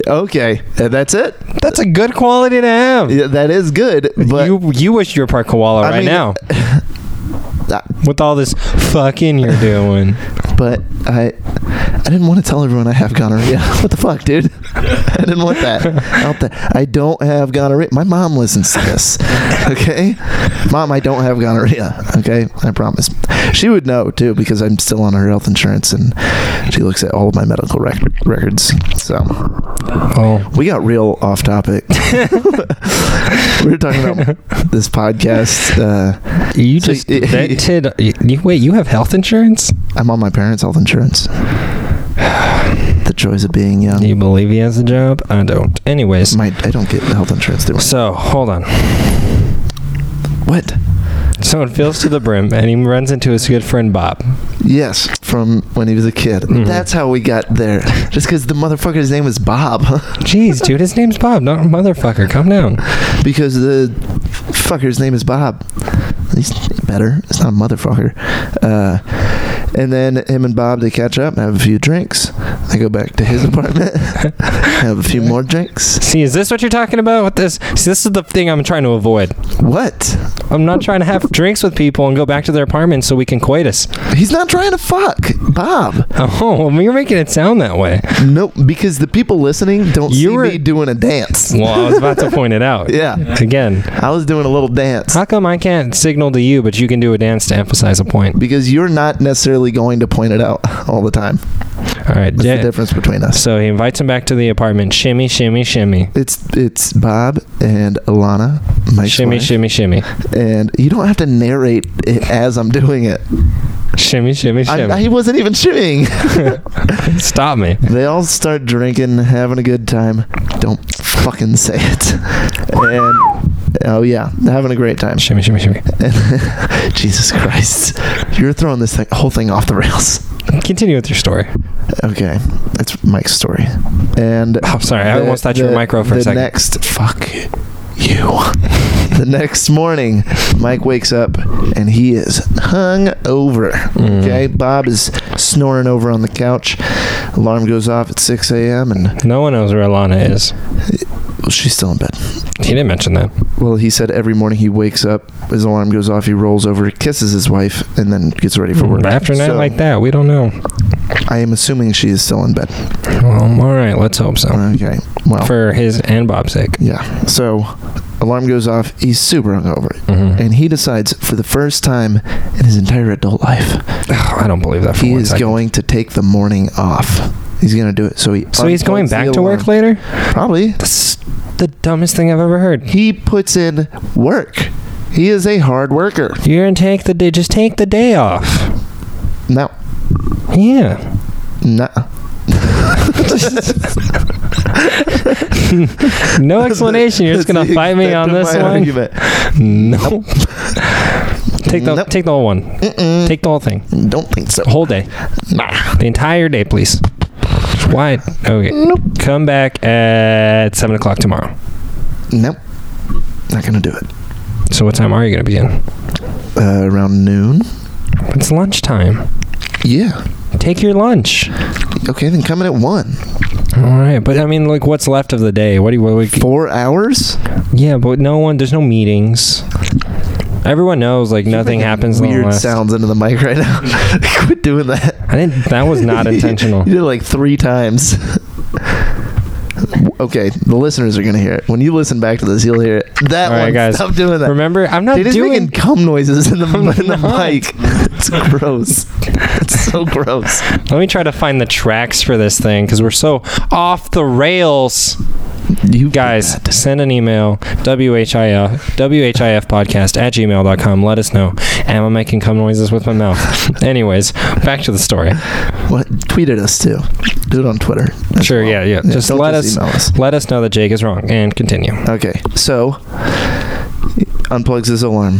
Speaker 4: okay, and that's it.
Speaker 5: That's a good quality to have.
Speaker 4: Yeah, that is good, but
Speaker 5: you you wish you were part koala
Speaker 4: I
Speaker 5: right
Speaker 4: mean-
Speaker 5: now
Speaker 4: Uh,
Speaker 5: with all this fucking you're doing.
Speaker 4: but I I didn't want to tell everyone I have gonorrhea. what the fuck, dude? I didn't want that out there. I don't have gonorrhea. My mom listens to this. Okay, mom, I don't have gonorrhea. Okay, I promise. She would know too because I'm still on her health insurance and she looks at all of my medical rec- records. So
Speaker 5: Oh.
Speaker 4: we got real off topic. we were talking about this podcast. Uh,
Speaker 5: You
Speaker 4: So
Speaker 5: just
Speaker 4: y-
Speaker 5: vented. You, you- wait, you have health insurance?
Speaker 4: I'm on my parents' health insurance. The joys of being young.
Speaker 5: Do you believe he has a job? I don't. Anyways,
Speaker 4: My, I don't get health insurance through.
Speaker 5: so hold on.
Speaker 4: What?
Speaker 5: Someone fills to the brim and he runs into his good friend Bob.
Speaker 4: Yes. from when he was a kid. That's how we got there. Just because the motherfucker's name was Bob.
Speaker 5: Jeez, dude, his name's Bob, not motherfucker. Calm down.
Speaker 4: because the fucker's name is Bob. He's better. It's not a motherfucker. Uh, and then him and Bob they catch up, have a few drinks. I go back to his apartment, have a few more drinks.
Speaker 5: See, is this what you're talking about? What this? See, this is the thing I'm trying to avoid.
Speaker 4: What?
Speaker 5: I'm not trying to have drinks with people and go back to their apartment so we can quit us.
Speaker 4: He's not trying to fuck Bob.
Speaker 5: Oh, well, you're making it sound that way.
Speaker 4: Nope. Because the people listening don't
Speaker 5: You
Speaker 4: see
Speaker 5: were-
Speaker 4: me doing a dance.
Speaker 5: Well, I was about to point it out.
Speaker 4: Yeah.
Speaker 5: Again,
Speaker 4: I was doing a little dance.
Speaker 5: how come I can't signal to you, but you can do a dance to emphasize a point?
Speaker 4: Because you're not necessarily going to point it out all the time.
Speaker 5: All right.
Speaker 4: That's
Speaker 5: Ja-
Speaker 4: the difference between us.
Speaker 5: so he invites him back to the apartment. Shimmy, shimmy, shimmy.
Speaker 4: It's it's Bob and Alana, my
Speaker 5: Shimmy,
Speaker 4: wife.
Speaker 5: shimmy, shimmy.
Speaker 4: and you don't have to narrate it as I'm doing it.
Speaker 5: Shimmy, shimmy,
Speaker 4: I,
Speaker 5: shimmy.
Speaker 4: I wasn't even shimmying.
Speaker 5: Stop me.
Speaker 4: they all start drinking, having a good time. Don't fucking say it. And oh yeah, having a great time.
Speaker 5: Shimmy, shimmy, shimmy.
Speaker 4: And, Jesus Christ, you're throwing this thing, whole thing off the rails.
Speaker 5: Continue with your story.
Speaker 4: Okay, that's Mike's story. And
Speaker 5: Oh, sorry. I
Speaker 4: the-
Speaker 5: almost thought you were
Speaker 4: the-
Speaker 5: micro for
Speaker 4: the
Speaker 5: a second.
Speaker 4: Next, fuck you. the next morning, Mike wakes up and he is hung over.
Speaker 5: Mm.
Speaker 4: Okay, Bob is snoring over on the couch. Alarm goes off at 6 a.m. and
Speaker 5: No one knows where Alana is.
Speaker 4: well, she's still in bed.
Speaker 5: He didn't mention that.
Speaker 4: Well, he said every morning he wakes up, his alarm goes off, he rolls over, kisses his wife, and then gets ready for work.
Speaker 5: But Mm. after a night
Speaker 4: Mm-hmm. So,
Speaker 5: like that, we don't know.
Speaker 4: I am assuming she is still in bed.
Speaker 5: Well, all right. Let's hope so.
Speaker 4: Okay, well,
Speaker 5: Oh. For his and Bob's sake.
Speaker 4: yeah. So, alarm goes off, he's super hungover.
Speaker 5: Mhm.
Speaker 4: and he decides for the first time in his entire adult life
Speaker 5: Ugh, I don't believe that for
Speaker 4: he
Speaker 5: one
Speaker 4: is
Speaker 5: second.
Speaker 4: going to take the morning off he's going to do it so he
Speaker 5: So he's going
Speaker 4: unplugs the
Speaker 5: back to work
Speaker 4: alarm.
Speaker 5: later?
Speaker 4: probably
Speaker 5: That's the dumbest thing I've ever heard.
Speaker 4: he puts in work he is a hard worker
Speaker 5: You're gonna take the day. Just take the day off.
Speaker 4: no
Speaker 5: Yeah.
Speaker 4: no
Speaker 5: No explanation. You're just
Speaker 4: That's
Speaker 5: gonna
Speaker 4: the
Speaker 5: fight me
Speaker 4: extent
Speaker 5: on
Speaker 4: of
Speaker 5: this
Speaker 4: my
Speaker 5: one.
Speaker 4: argument.
Speaker 5: No. take the
Speaker 4: Nope.
Speaker 5: take the whole one.
Speaker 4: Mm-mm.
Speaker 5: Take the whole thing.
Speaker 4: don't think so
Speaker 5: The whole day.
Speaker 4: nah
Speaker 5: The entire day, please. Why? Okay.
Speaker 4: nope
Speaker 5: Come back at seven o'clock tomorrow.
Speaker 4: nope not gonna do it
Speaker 5: So what time are you gonna be in?
Speaker 4: uh, around noon
Speaker 5: It's lunchtime.
Speaker 4: yeah
Speaker 5: Take your lunch.
Speaker 4: okay then come in at one
Speaker 5: All right, but I mean, like, what's left of the day? What do you? What we,
Speaker 4: four hours
Speaker 5: yeah, but no one. There's no meetings. Everyone knows, like, nothing happens. in the
Speaker 4: weird
Speaker 5: last-
Speaker 4: sounds into the mic right now quit doing that
Speaker 5: I didn't. That was not intentional.
Speaker 4: You did it like three times. okay, the listeners are gonna hear it. When you listen back to this, you'll hear it. That
Speaker 5: All right,
Speaker 4: one.
Speaker 5: guys.
Speaker 4: Stop doing that.
Speaker 5: Remember, I'm not
Speaker 4: Dude, it's
Speaker 5: doing.
Speaker 4: making cum noises in the,
Speaker 5: I'm
Speaker 4: in the
Speaker 5: not.
Speaker 4: mic. It's gross. It's so gross.
Speaker 5: Let me try to find the tracks for this thing because we're so off the rails.
Speaker 4: You
Speaker 5: Guys, send an email, WHIF, WHIFpodcast at gmail.com. Let us know. Am I making cum noises with my mouth? Anyways, back to the story.
Speaker 4: what? Tweeted us too. Do it on Twitter. That's
Speaker 5: Sure,
Speaker 4: all.
Speaker 5: yeah, yeah. Just
Speaker 4: don't
Speaker 5: let
Speaker 4: just
Speaker 5: us
Speaker 4: email us.
Speaker 5: let us know that Jake is wrong and continue.
Speaker 4: Okay, so unplugs his alarm.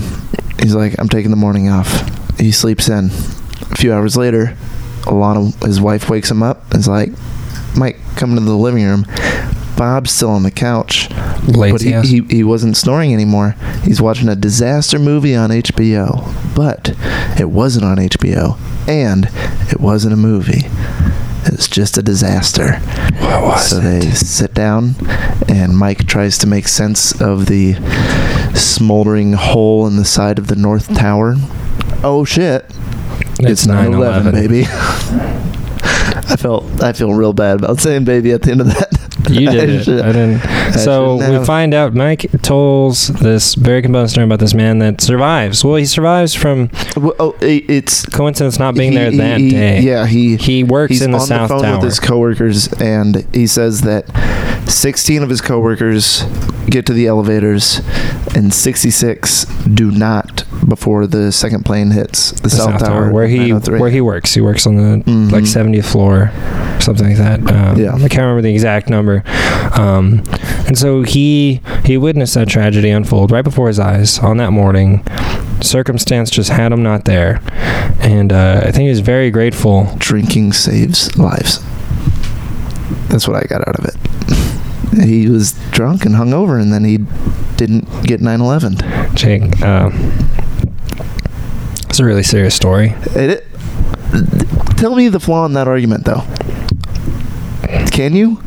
Speaker 4: He's like, I'm taking the morning off. He sleeps in. A few hours later, Alana, his wife, wakes him up and is like, Mike, come into the living room. Bob's still on the couch, but
Speaker 5: Lazy
Speaker 4: he,
Speaker 5: ass.
Speaker 4: he, he wasn't snoring anymore. He's watching a disaster movie on HBO, but it wasn't on HBO, and it wasn't a movie. It's just a disaster
Speaker 5: What was
Speaker 4: so
Speaker 5: it?
Speaker 4: they sit down, and Mike tries to make sense of the smoldering hole in the side of the North Tower. Oh shit! It's, 9/11, baby. I felt I feel real bad about saying baby at the end of that.
Speaker 5: You
Speaker 4: I
Speaker 5: did it.
Speaker 4: should-
Speaker 5: I didn't. so
Speaker 4: shouldn't
Speaker 5: we
Speaker 4: have.
Speaker 5: find out Mike tells this very compelling story about this man that survives. Well, he survives from
Speaker 4: Well, oh, it, it's
Speaker 5: coincidence not being
Speaker 4: he-
Speaker 5: there
Speaker 4: he-
Speaker 5: that
Speaker 4: he-
Speaker 5: day.
Speaker 4: Yeah, he
Speaker 5: He works
Speaker 4: he's
Speaker 5: in the
Speaker 4: on
Speaker 5: South
Speaker 4: the phone
Speaker 5: Tower.
Speaker 4: with his coworkers, and he says that 16 of his coworkers get to the elevators, and 66 do not before the second plane hits the,
Speaker 5: the
Speaker 4: South, Tower,
Speaker 5: where he
Speaker 4: 903.
Speaker 5: where he works. He works on the
Speaker 4: Mhm.
Speaker 5: like 70th floor, something like that. Um,
Speaker 4: Yeah.
Speaker 5: I can't remember the exact number. Um, and so he he witnessed that tragedy unfold right before his eyes on that morning. circumstance just had him not there, and uh, I think he was very grateful.
Speaker 4: Drinking saves lives. That's what I got out of it. He was drunk and hungover, and then he didn't get 9/11.
Speaker 5: Jake, uh, it's a really serious story.
Speaker 4: It, it, tell me the flaw in that argument, though. Can you?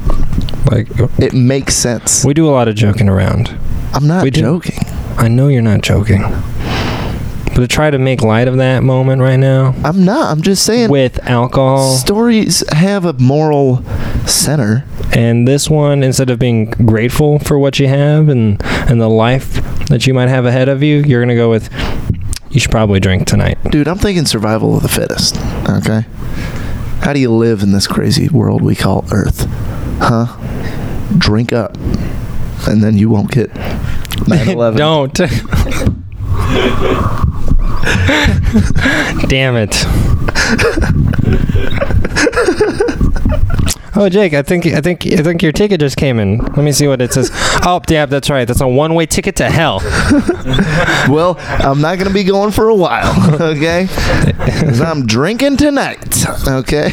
Speaker 5: Like
Speaker 4: It makes sense.
Speaker 5: we do a lot of joking around.
Speaker 4: I'm not
Speaker 5: we do.
Speaker 4: joking.
Speaker 5: I know you're not joking, but to try to make light of that moment right now
Speaker 4: I'm not. I'm just saying.
Speaker 5: with alcohol.
Speaker 4: Stories have a moral center.
Speaker 5: And this one, instead of being grateful for what you have and, and the life that you might have ahead of you, you're going to go with, you should probably drink tonight.
Speaker 4: Dude, I'm thinking survival of the fittest. Okay? How do you live in this crazy world we call Earth? Huh? Drink up. And then you won't get 9 11.
Speaker 5: Don't. Damn it. Oh, Jake, I think I think I think your ticket just came in. Let me see what it says. Oh, yeah, that's right. That's a one-way ticket to hell.
Speaker 4: Well, I'm not going to be going for a while. Okay? 'Cause I'm drinking tonight. Okay?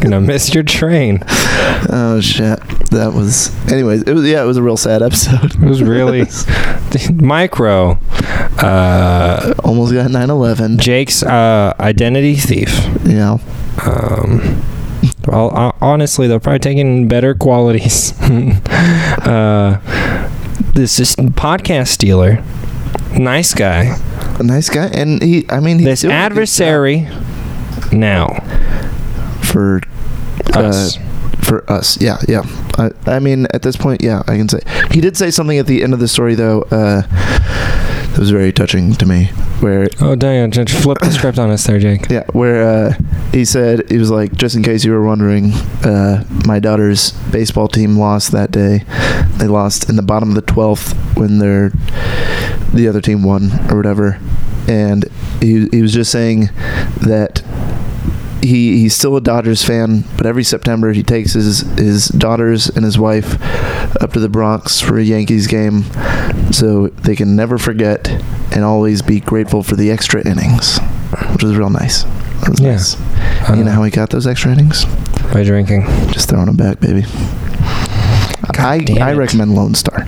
Speaker 5: Gonna miss your train.
Speaker 4: Oh, shit. That was. Anyways, it was, yeah, it was a real sad episode.
Speaker 5: It was really micro. Uh,
Speaker 4: Almost got 9 11.
Speaker 5: Jake's uh, identity thief.
Speaker 4: Yeah.
Speaker 5: Um, well, ho- honestly, they're probably taking better qualities. uh, this is podcast stealer, nice guy,
Speaker 4: A nice guy. And he, I mean, he's
Speaker 5: this
Speaker 4: doing a good
Speaker 5: adversary. Now,
Speaker 4: job For
Speaker 5: us.
Speaker 4: for us. Yeah, yeah. I, I mean, at this point, yeah, I can say he did say something at the end of the story though uh, that was very touching to me. Where
Speaker 5: oh, dang! Just flip the script on us there, Jake.
Speaker 4: yeah, where uh, he said he was like, just in case you were wondering, uh, my daughter's baseball team lost that day. They lost in the bottom of the twelfth when their the other team won or whatever, and he he was just saying that he he's still a Dodgers fan, but every September he takes his his daughters and his wife up to the Bronx for a Yankees game, so they can never forget and always be grateful for the extra innings, which was real nice. That was
Speaker 5: Yeah.
Speaker 4: nice.
Speaker 5: Uh,
Speaker 4: You know how he got those extra innings?
Speaker 5: by drinking.
Speaker 4: Just throwing them back, baby. I
Speaker 5: damn
Speaker 4: I
Speaker 5: it.
Speaker 4: recommend Lone Star.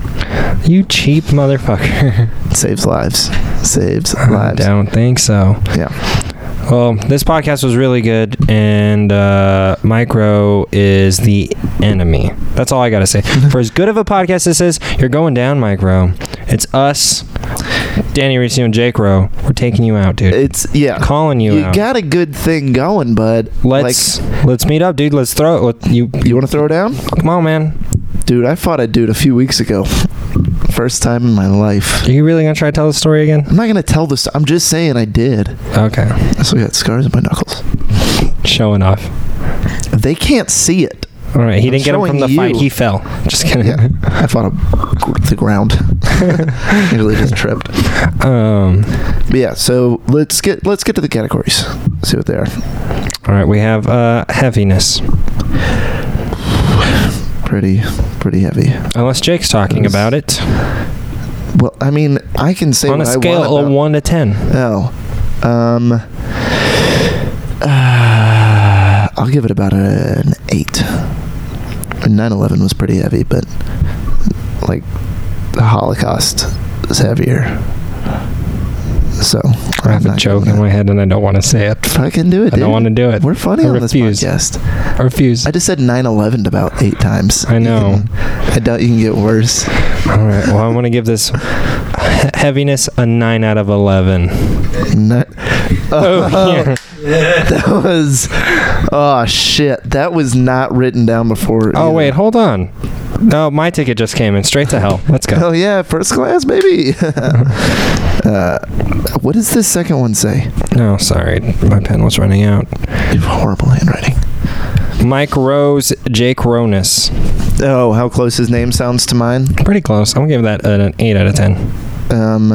Speaker 5: You cheap motherfucker.
Speaker 4: It saves lives. Saves
Speaker 5: I
Speaker 4: lives.
Speaker 5: don't think so.
Speaker 4: Yeah.
Speaker 5: Well, this podcast was really good, and uh, Micro is the enemy. That's all I gotta say. For as good of a podcast this is, you're going down, Micro. It's us, Danny Riccio and Jake Rowe. We're taking you out, dude.
Speaker 4: It's yeah.
Speaker 5: Calling you,
Speaker 4: You
Speaker 5: out.
Speaker 4: got a good thing going, bud.
Speaker 5: let's
Speaker 4: Like,
Speaker 5: let's meet up, dude. Let's throw it. Let- You
Speaker 4: you want to throw down?
Speaker 5: come on, man.
Speaker 4: Dude, I fought a dude a few weeks ago. First time in my life.
Speaker 5: Are you really gonna try to tell the story again?
Speaker 4: I'm not gonna tell this. I'm just saying I did.
Speaker 5: Okay,
Speaker 4: I still got scars on my knuckles.
Speaker 5: showing off.
Speaker 4: They can't see it.
Speaker 5: All right, he
Speaker 4: I'm
Speaker 5: didn't get him
Speaker 4: showing
Speaker 5: from the fight.
Speaker 4: you.
Speaker 5: He fell. Just kidding.
Speaker 4: Yeah, I fought a, gr- the ground. Literally just tripped.
Speaker 5: Um.
Speaker 4: But yeah, so let's get let's get to the categories. See what they are.
Speaker 5: All right, we have uh heaviness.
Speaker 4: Pretty pretty heavy.
Speaker 5: Unless Jake's talking
Speaker 4: Yes.
Speaker 5: about it.
Speaker 4: Well, I mean, I can say
Speaker 5: on a
Speaker 4: what I
Speaker 5: scale
Speaker 4: want
Speaker 5: of
Speaker 4: about-
Speaker 5: 1 to 10
Speaker 4: Oh, um, uh, I'll give it about a- an eight. 9/11 was pretty heavy, but like the Holocaust was heavier. So
Speaker 5: i
Speaker 4: I'm
Speaker 5: have a
Speaker 4: not
Speaker 5: joke
Speaker 4: giving
Speaker 5: in
Speaker 4: that-
Speaker 5: my head and i don't want to say it
Speaker 4: Fucking do it,
Speaker 5: i
Speaker 4: dude.
Speaker 5: don't want to do it
Speaker 4: We're funny
Speaker 5: I
Speaker 4: on
Speaker 5: refuse.
Speaker 4: this podcast.
Speaker 5: i refuse
Speaker 4: I just said 9/11 about eight times.
Speaker 5: I
Speaker 4: You
Speaker 5: know.
Speaker 4: can- I doubt you can get worse.
Speaker 5: all right well i'm going to give this he- heaviness a 9 out of 11
Speaker 4: Ni-
Speaker 5: oh, yeah.
Speaker 4: That was oh shit. That was not written down before.
Speaker 5: oh
Speaker 4: either.
Speaker 5: wait hold on no my ticket just came in straight to hell let's go
Speaker 4: Hell Oh, yeah, first class, baby. uh, what does this second one say?
Speaker 5: no sorry my pen was running out
Speaker 4: You have horrible handwriting.
Speaker 5: mike rose jake ronus
Speaker 4: Oh, how close his name sounds to mine.
Speaker 5: pretty close i'm going to give that an 8 out of 10
Speaker 4: Um,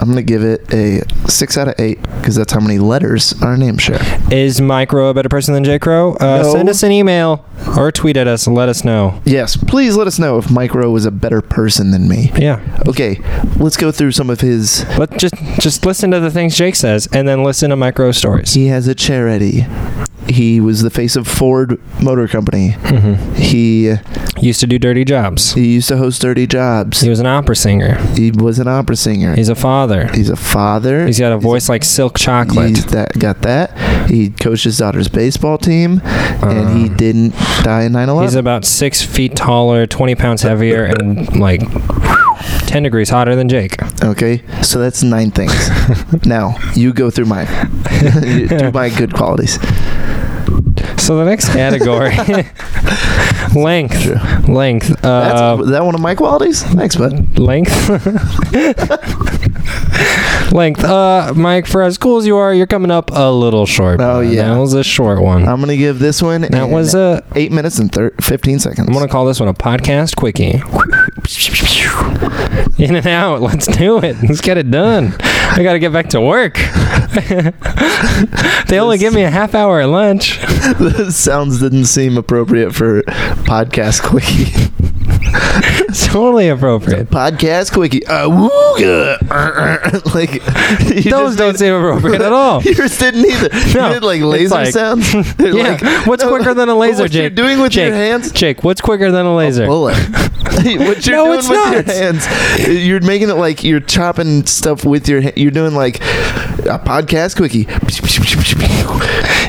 Speaker 4: I'm gonna give it a six out of eight because that's how many letters our names share.
Speaker 5: is mike rowe a better person than jake rowe uh,
Speaker 4: No.
Speaker 5: send us an email or tweet at us and let us know.
Speaker 4: Yes, please let us know if Mike Rowe was a better person than me.
Speaker 5: Yeah.
Speaker 4: Okay, let's go through some of his.
Speaker 5: Let just just listen to the things Jake says and then listen to micro stories.
Speaker 4: He has a charity. He was the face of Ford Motor Company.
Speaker 5: hmm
Speaker 4: He
Speaker 5: Used to do dirty jobs.
Speaker 4: he used to host Dirty Jobs.
Speaker 5: He was an opera singer.
Speaker 4: He was an opera singer.
Speaker 5: He's a father.
Speaker 4: He's a father.
Speaker 5: He's got a voice like silk chocolate.
Speaker 4: He's that got that. He coached his daughter's baseball team, and he
Speaker 5: Um,
Speaker 4: didn't die in 9/11.
Speaker 5: He's about six feet taller, 20 pounds heavier, and like 10 degrees hotter than Jake.
Speaker 4: Okay, so that's nine things. now you go through mine. You Do my good qualities.
Speaker 5: So the next category length.
Speaker 4: Sure.
Speaker 5: Length.
Speaker 4: That's,
Speaker 5: Uh,
Speaker 4: is that one of my qualities? Thanks, bud.
Speaker 5: length. length. Uh, Mike, for as cool as you are, you're coming up a little short.
Speaker 4: Oh,
Speaker 5: bud.
Speaker 4: yeah. Oh,
Speaker 5: That was a short one.
Speaker 4: I'm gonna give this one.
Speaker 5: that
Speaker 4: an
Speaker 5: was a.
Speaker 4: eight minutes and thir- fifteen seconds.
Speaker 5: I'm gonna call this one a podcast quickie. In and out. Let's do it. Let's get it done. I gotta get back to work. they only give me a half hour at lunch.
Speaker 4: the sounds didn't seem appropriate for podcast quickie.
Speaker 5: It's totally appropriate.
Speaker 4: podcast quickie. Uh, wooga. like you
Speaker 5: Those
Speaker 4: just
Speaker 5: don't
Speaker 4: didn't-
Speaker 5: seem appropriate at all.
Speaker 4: Yours didn't either.
Speaker 5: No,
Speaker 4: you did like
Speaker 5: it's
Speaker 4: laser
Speaker 5: like-
Speaker 4: sounds.
Speaker 5: Yeah. what's quicker than a laser,
Speaker 4: what
Speaker 5: Jake?
Speaker 4: You're doing with
Speaker 5: Jake,
Speaker 4: your hands. Oh,
Speaker 5: Jake, what's quicker than a laser?
Speaker 4: bullet. what you're
Speaker 5: No,
Speaker 4: doing
Speaker 5: it's
Speaker 4: with
Speaker 5: not.
Speaker 4: your hands, you're making it like you're chopping stuff with your. Ha- you're doing like a podcast quickie.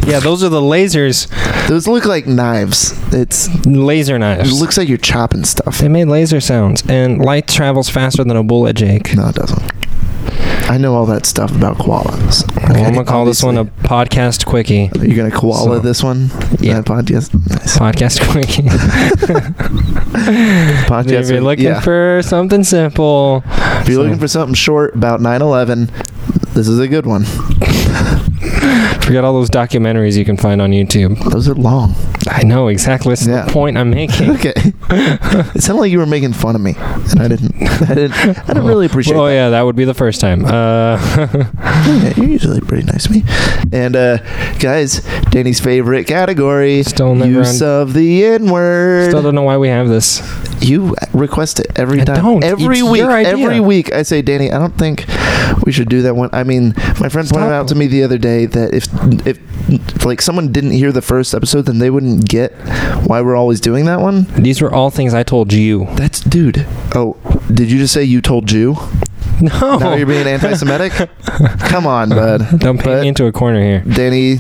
Speaker 5: yeah, those are the lasers.
Speaker 4: Those look like knives. It's
Speaker 5: Laser
Speaker 4: it
Speaker 5: knives.
Speaker 4: looks like you're chopping stuff.
Speaker 5: They made laser sounds, and light travels faster than a bullet, Jake.
Speaker 4: No, it doesn't. I know all that stuff about koalas.
Speaker 5: Well,
Speaker 4: Okay,
Speaker 5: I'm gonna call this one a podcast quickie.
Speaker 4: obviously. You're gonna koala
Speaker 5: So-
Speaker 4: this one?
Speaker 5: Yeah.
Speaker 4: That podcast. Nice.
Speaker 5: Podcast quickie.
Speaker 4: Podcast.
Speaker 5: if you're looking
Speaker 4: yeah.
Speaker 5: for something simple,
Speaker 4: if you're looking for something short about 9/11, this is a good one.
Speaker 5: forget all those documentaries you can find on YouTube.
Speaker 4: Those are long.
Speaker 5: I know exactly. That's
Speaker 4: Yeah.
Speaker 5: the point I'm making.
Speaker 4: Okay. it sounded like you were making fun of me, and I didn't. I didn't. I didn't really appreciate.
Speaker 5: oh
Speaker 4: that.
Speaker 5: yeah, that would be the first time. Uh,
Speaker 4: Yeah, you're usually pretty nice to me. And uh, guys, Danny's favorite category:
Speaker 5: Still never
Speaker 4: use of the N
Speaker 5: still
Speaker 4: word.
Speaker 5: don't know why we have this.
Speaker 4: You request it every
Speaker 5: I
Speaker 4: time.
Speaker 5: don't.
Speaker 4: Every
Speaker 5: It's
Speaker 4: week.
Speaker 5: your idea.
Speaker 4: Every week, I say, Danny, I don't think we should do that one. I mean, my friend
Speaker 5: Stop.
Speaker 4: pointed out to me the other day that if if like someone didn't hear the first episode, then they wouldn't get why we're always doing that one.
Speaker 5: These were all things I told you.
Speaker 4: That's dude. Oh, did you just say you told Jew?
Speaker 5: No,
Speaker 4: Now you're being anti-Semitic. Come on, bud.
Speaker 5: don't paint
Speaker 4: But-
Speaker 5: me into a corner here.
Speaker 4: Danny,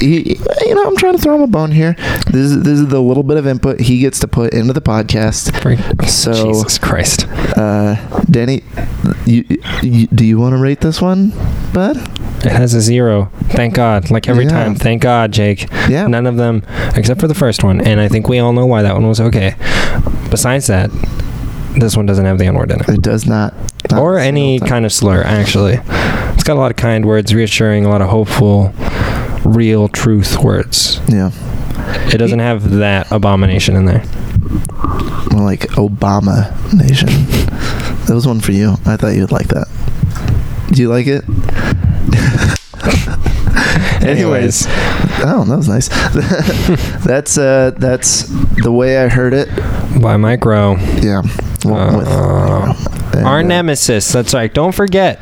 Speaker 4: he, you know, I'm trying to throw him a bone here. This is this is the little bit of input he gets to put into the podcast.
Speaker 5: Freak-
Speaker 4: So-
Speaker 5: Jesus Christ.
Speaker 4: Uh, Danny, you, you, do you want to rate this one, bud?
Speaker 5: It has a zero. Thank God. Like every
Speaker 4: Yeah.
Speaker 5: time. Thank God, Jake.
Speaker 4: Yeah.
Speaker 5: None of them, except for the first one. And I think we all know why that one was okay. Besides that, this one doesn't have the N word in it.
Speaker 4: It does not. not
Speaker 5: or
Speaker 4: a
Speaker 5: any
Speaker 4: single time.
Speaker 5: kind of slur, actually. It's got a lot of kind words, reassuring, a lot of hopeful, real truth words.
Speaker 4: Yeah.
Speaker 5: It doesn't have that abomination in there.
Speaker 4: More like Obama Nation. that was one for you. I thought you'd like that. Do you like it? Anyways. Oh, that was nice. that's uh, that's the way I heard it.
Speaker 5: Anyways, by Micro.
Speaker 4: Yeah. Well, with-
Speaker 5: Uh,
Speaker 4: and,
Speaker 5: our
Speaker 4: uh,
Speaker 5: nemesis. That's right. Don't forget,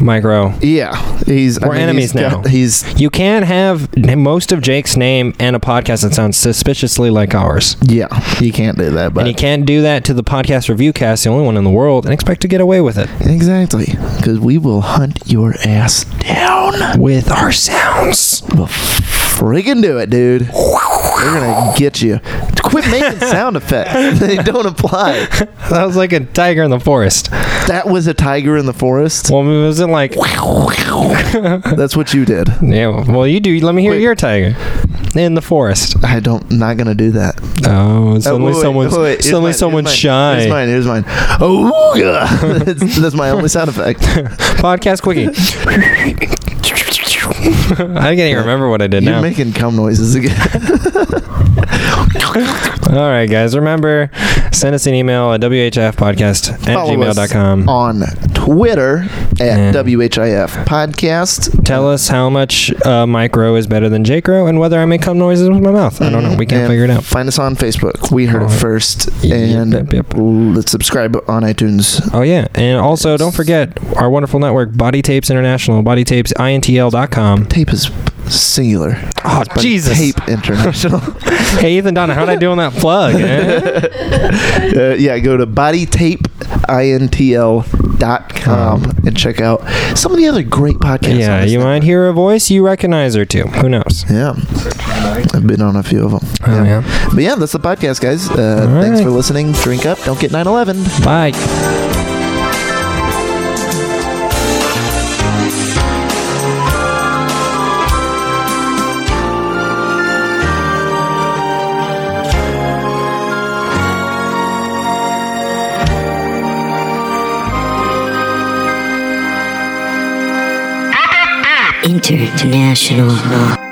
Speaker 5: Micro.
Speaker 4: Yeah, he's
Speaker 5: We're enemies
Speaker 4: he's got-
Speaker 5: now.
Speaker 4: he's
Speaker 5: You can't have most of Jake's name and a podcast that sounds suspiciously like ours.
Speaker 4: yeah, you can't do that,
Speaker 5: and
Speaker 4: but
Speaker 5: you can't do that to the podcast review cast, the only one in the world, and expect to get away with it
Speaker 4: exactly because we will hunt your ass down.
Speaker 5: with our sounds.
Speaker 4: We'll friggin' do it, dude. We're gonna get you. Quit making sound effects; they don't apply.
Speaker 5: That was like a tiger in the forest.
Speaker 4: That was a tiger in the forest.
Speaker 5: Well, it wasn't like
Speaker 4: That's what you did.
Speaker 5: yeah. Well, you do. Let me hear
Speaker 4: Wait.
Speaker 5: your tiger in the forest.
Speaker 4: I don't. Not gonna do that.
Speaker 5: Oh,
Speaker 4: Oh,
Speaker 5: suddenly
Speaker 4: wait, wait,
Speaker 5: someone's
Speaker 4: wait, here's mine,
Speaker 5: suddenly
Speaker 4: here's
Speaker 5: someone's
Speaker 4: mine,
Speaker 5: shy.
Speaker 4: Here's mine. Here's mine. Oh, yeah. that's, that's my only sound effect.
Speaker 5: Podcast quickie. I can't even remember what I did
Speaker 4: You're
Speaker 5: now.
Speaker 4: making cum noises again.
Speaker 5: All right, guys. Remember, send us an email at whfpodcast at
Speaker 4: Follow us
Speaker 5: gmail.com.
Speaker 4: on Twitter
Speaker 5: Yeah.
Speaker 4: at WHIF Podcast.
Speaker 5: Tell us how much uh, micro is better than J-Crow and whether I make cum noises with my mouth. I don't know. We can't
Speaker 4: And
Speaker 5: figure it out.
Speaker 4: Find us on Facebook. We heard
Speaker 5: All
Speaker 4: it
Speaker 5: right.
Speaker 4: first.
Speaker 5: Yep,
Speaker 4: And
Speaker 5: yep, yep.
Speaker 4: let's subscribe on iTunes.
Speaker 5: Oh, yeah. And also, don't forget our wonderful network, Body Tapes International, bodytapesintl.com.
Speaker 4: Tape is singular.
Speaker 5: Oh,
Speaker 4: But Tape International.
Speaker 5: Hey, Ethan Donna, how'd I do on that plug? eh?
Speaker 4: Uh, yeah, go to bodytapeintl.com and check out some of the other great podcasts.
Speaker 5: Um. yeah,
Speaker 4: on this
Speaker 5: you
Speaker 4: network.
Speaker 5: might hear a voice you recognize or two. Who knows?
Speaker 4: Yeah. I've been on a few of them.
Speaker 5: Oh, yeah.
Speaker 4: But yeah, that's the podcast, guys. Uh,
Speaker 5: All
Speaker 4: Thanks
Speaker 5: right.
Speaker 4: for listening. Drink up. Don't get 9 11.
Speaker 5: Bye.
Speaker 1: International.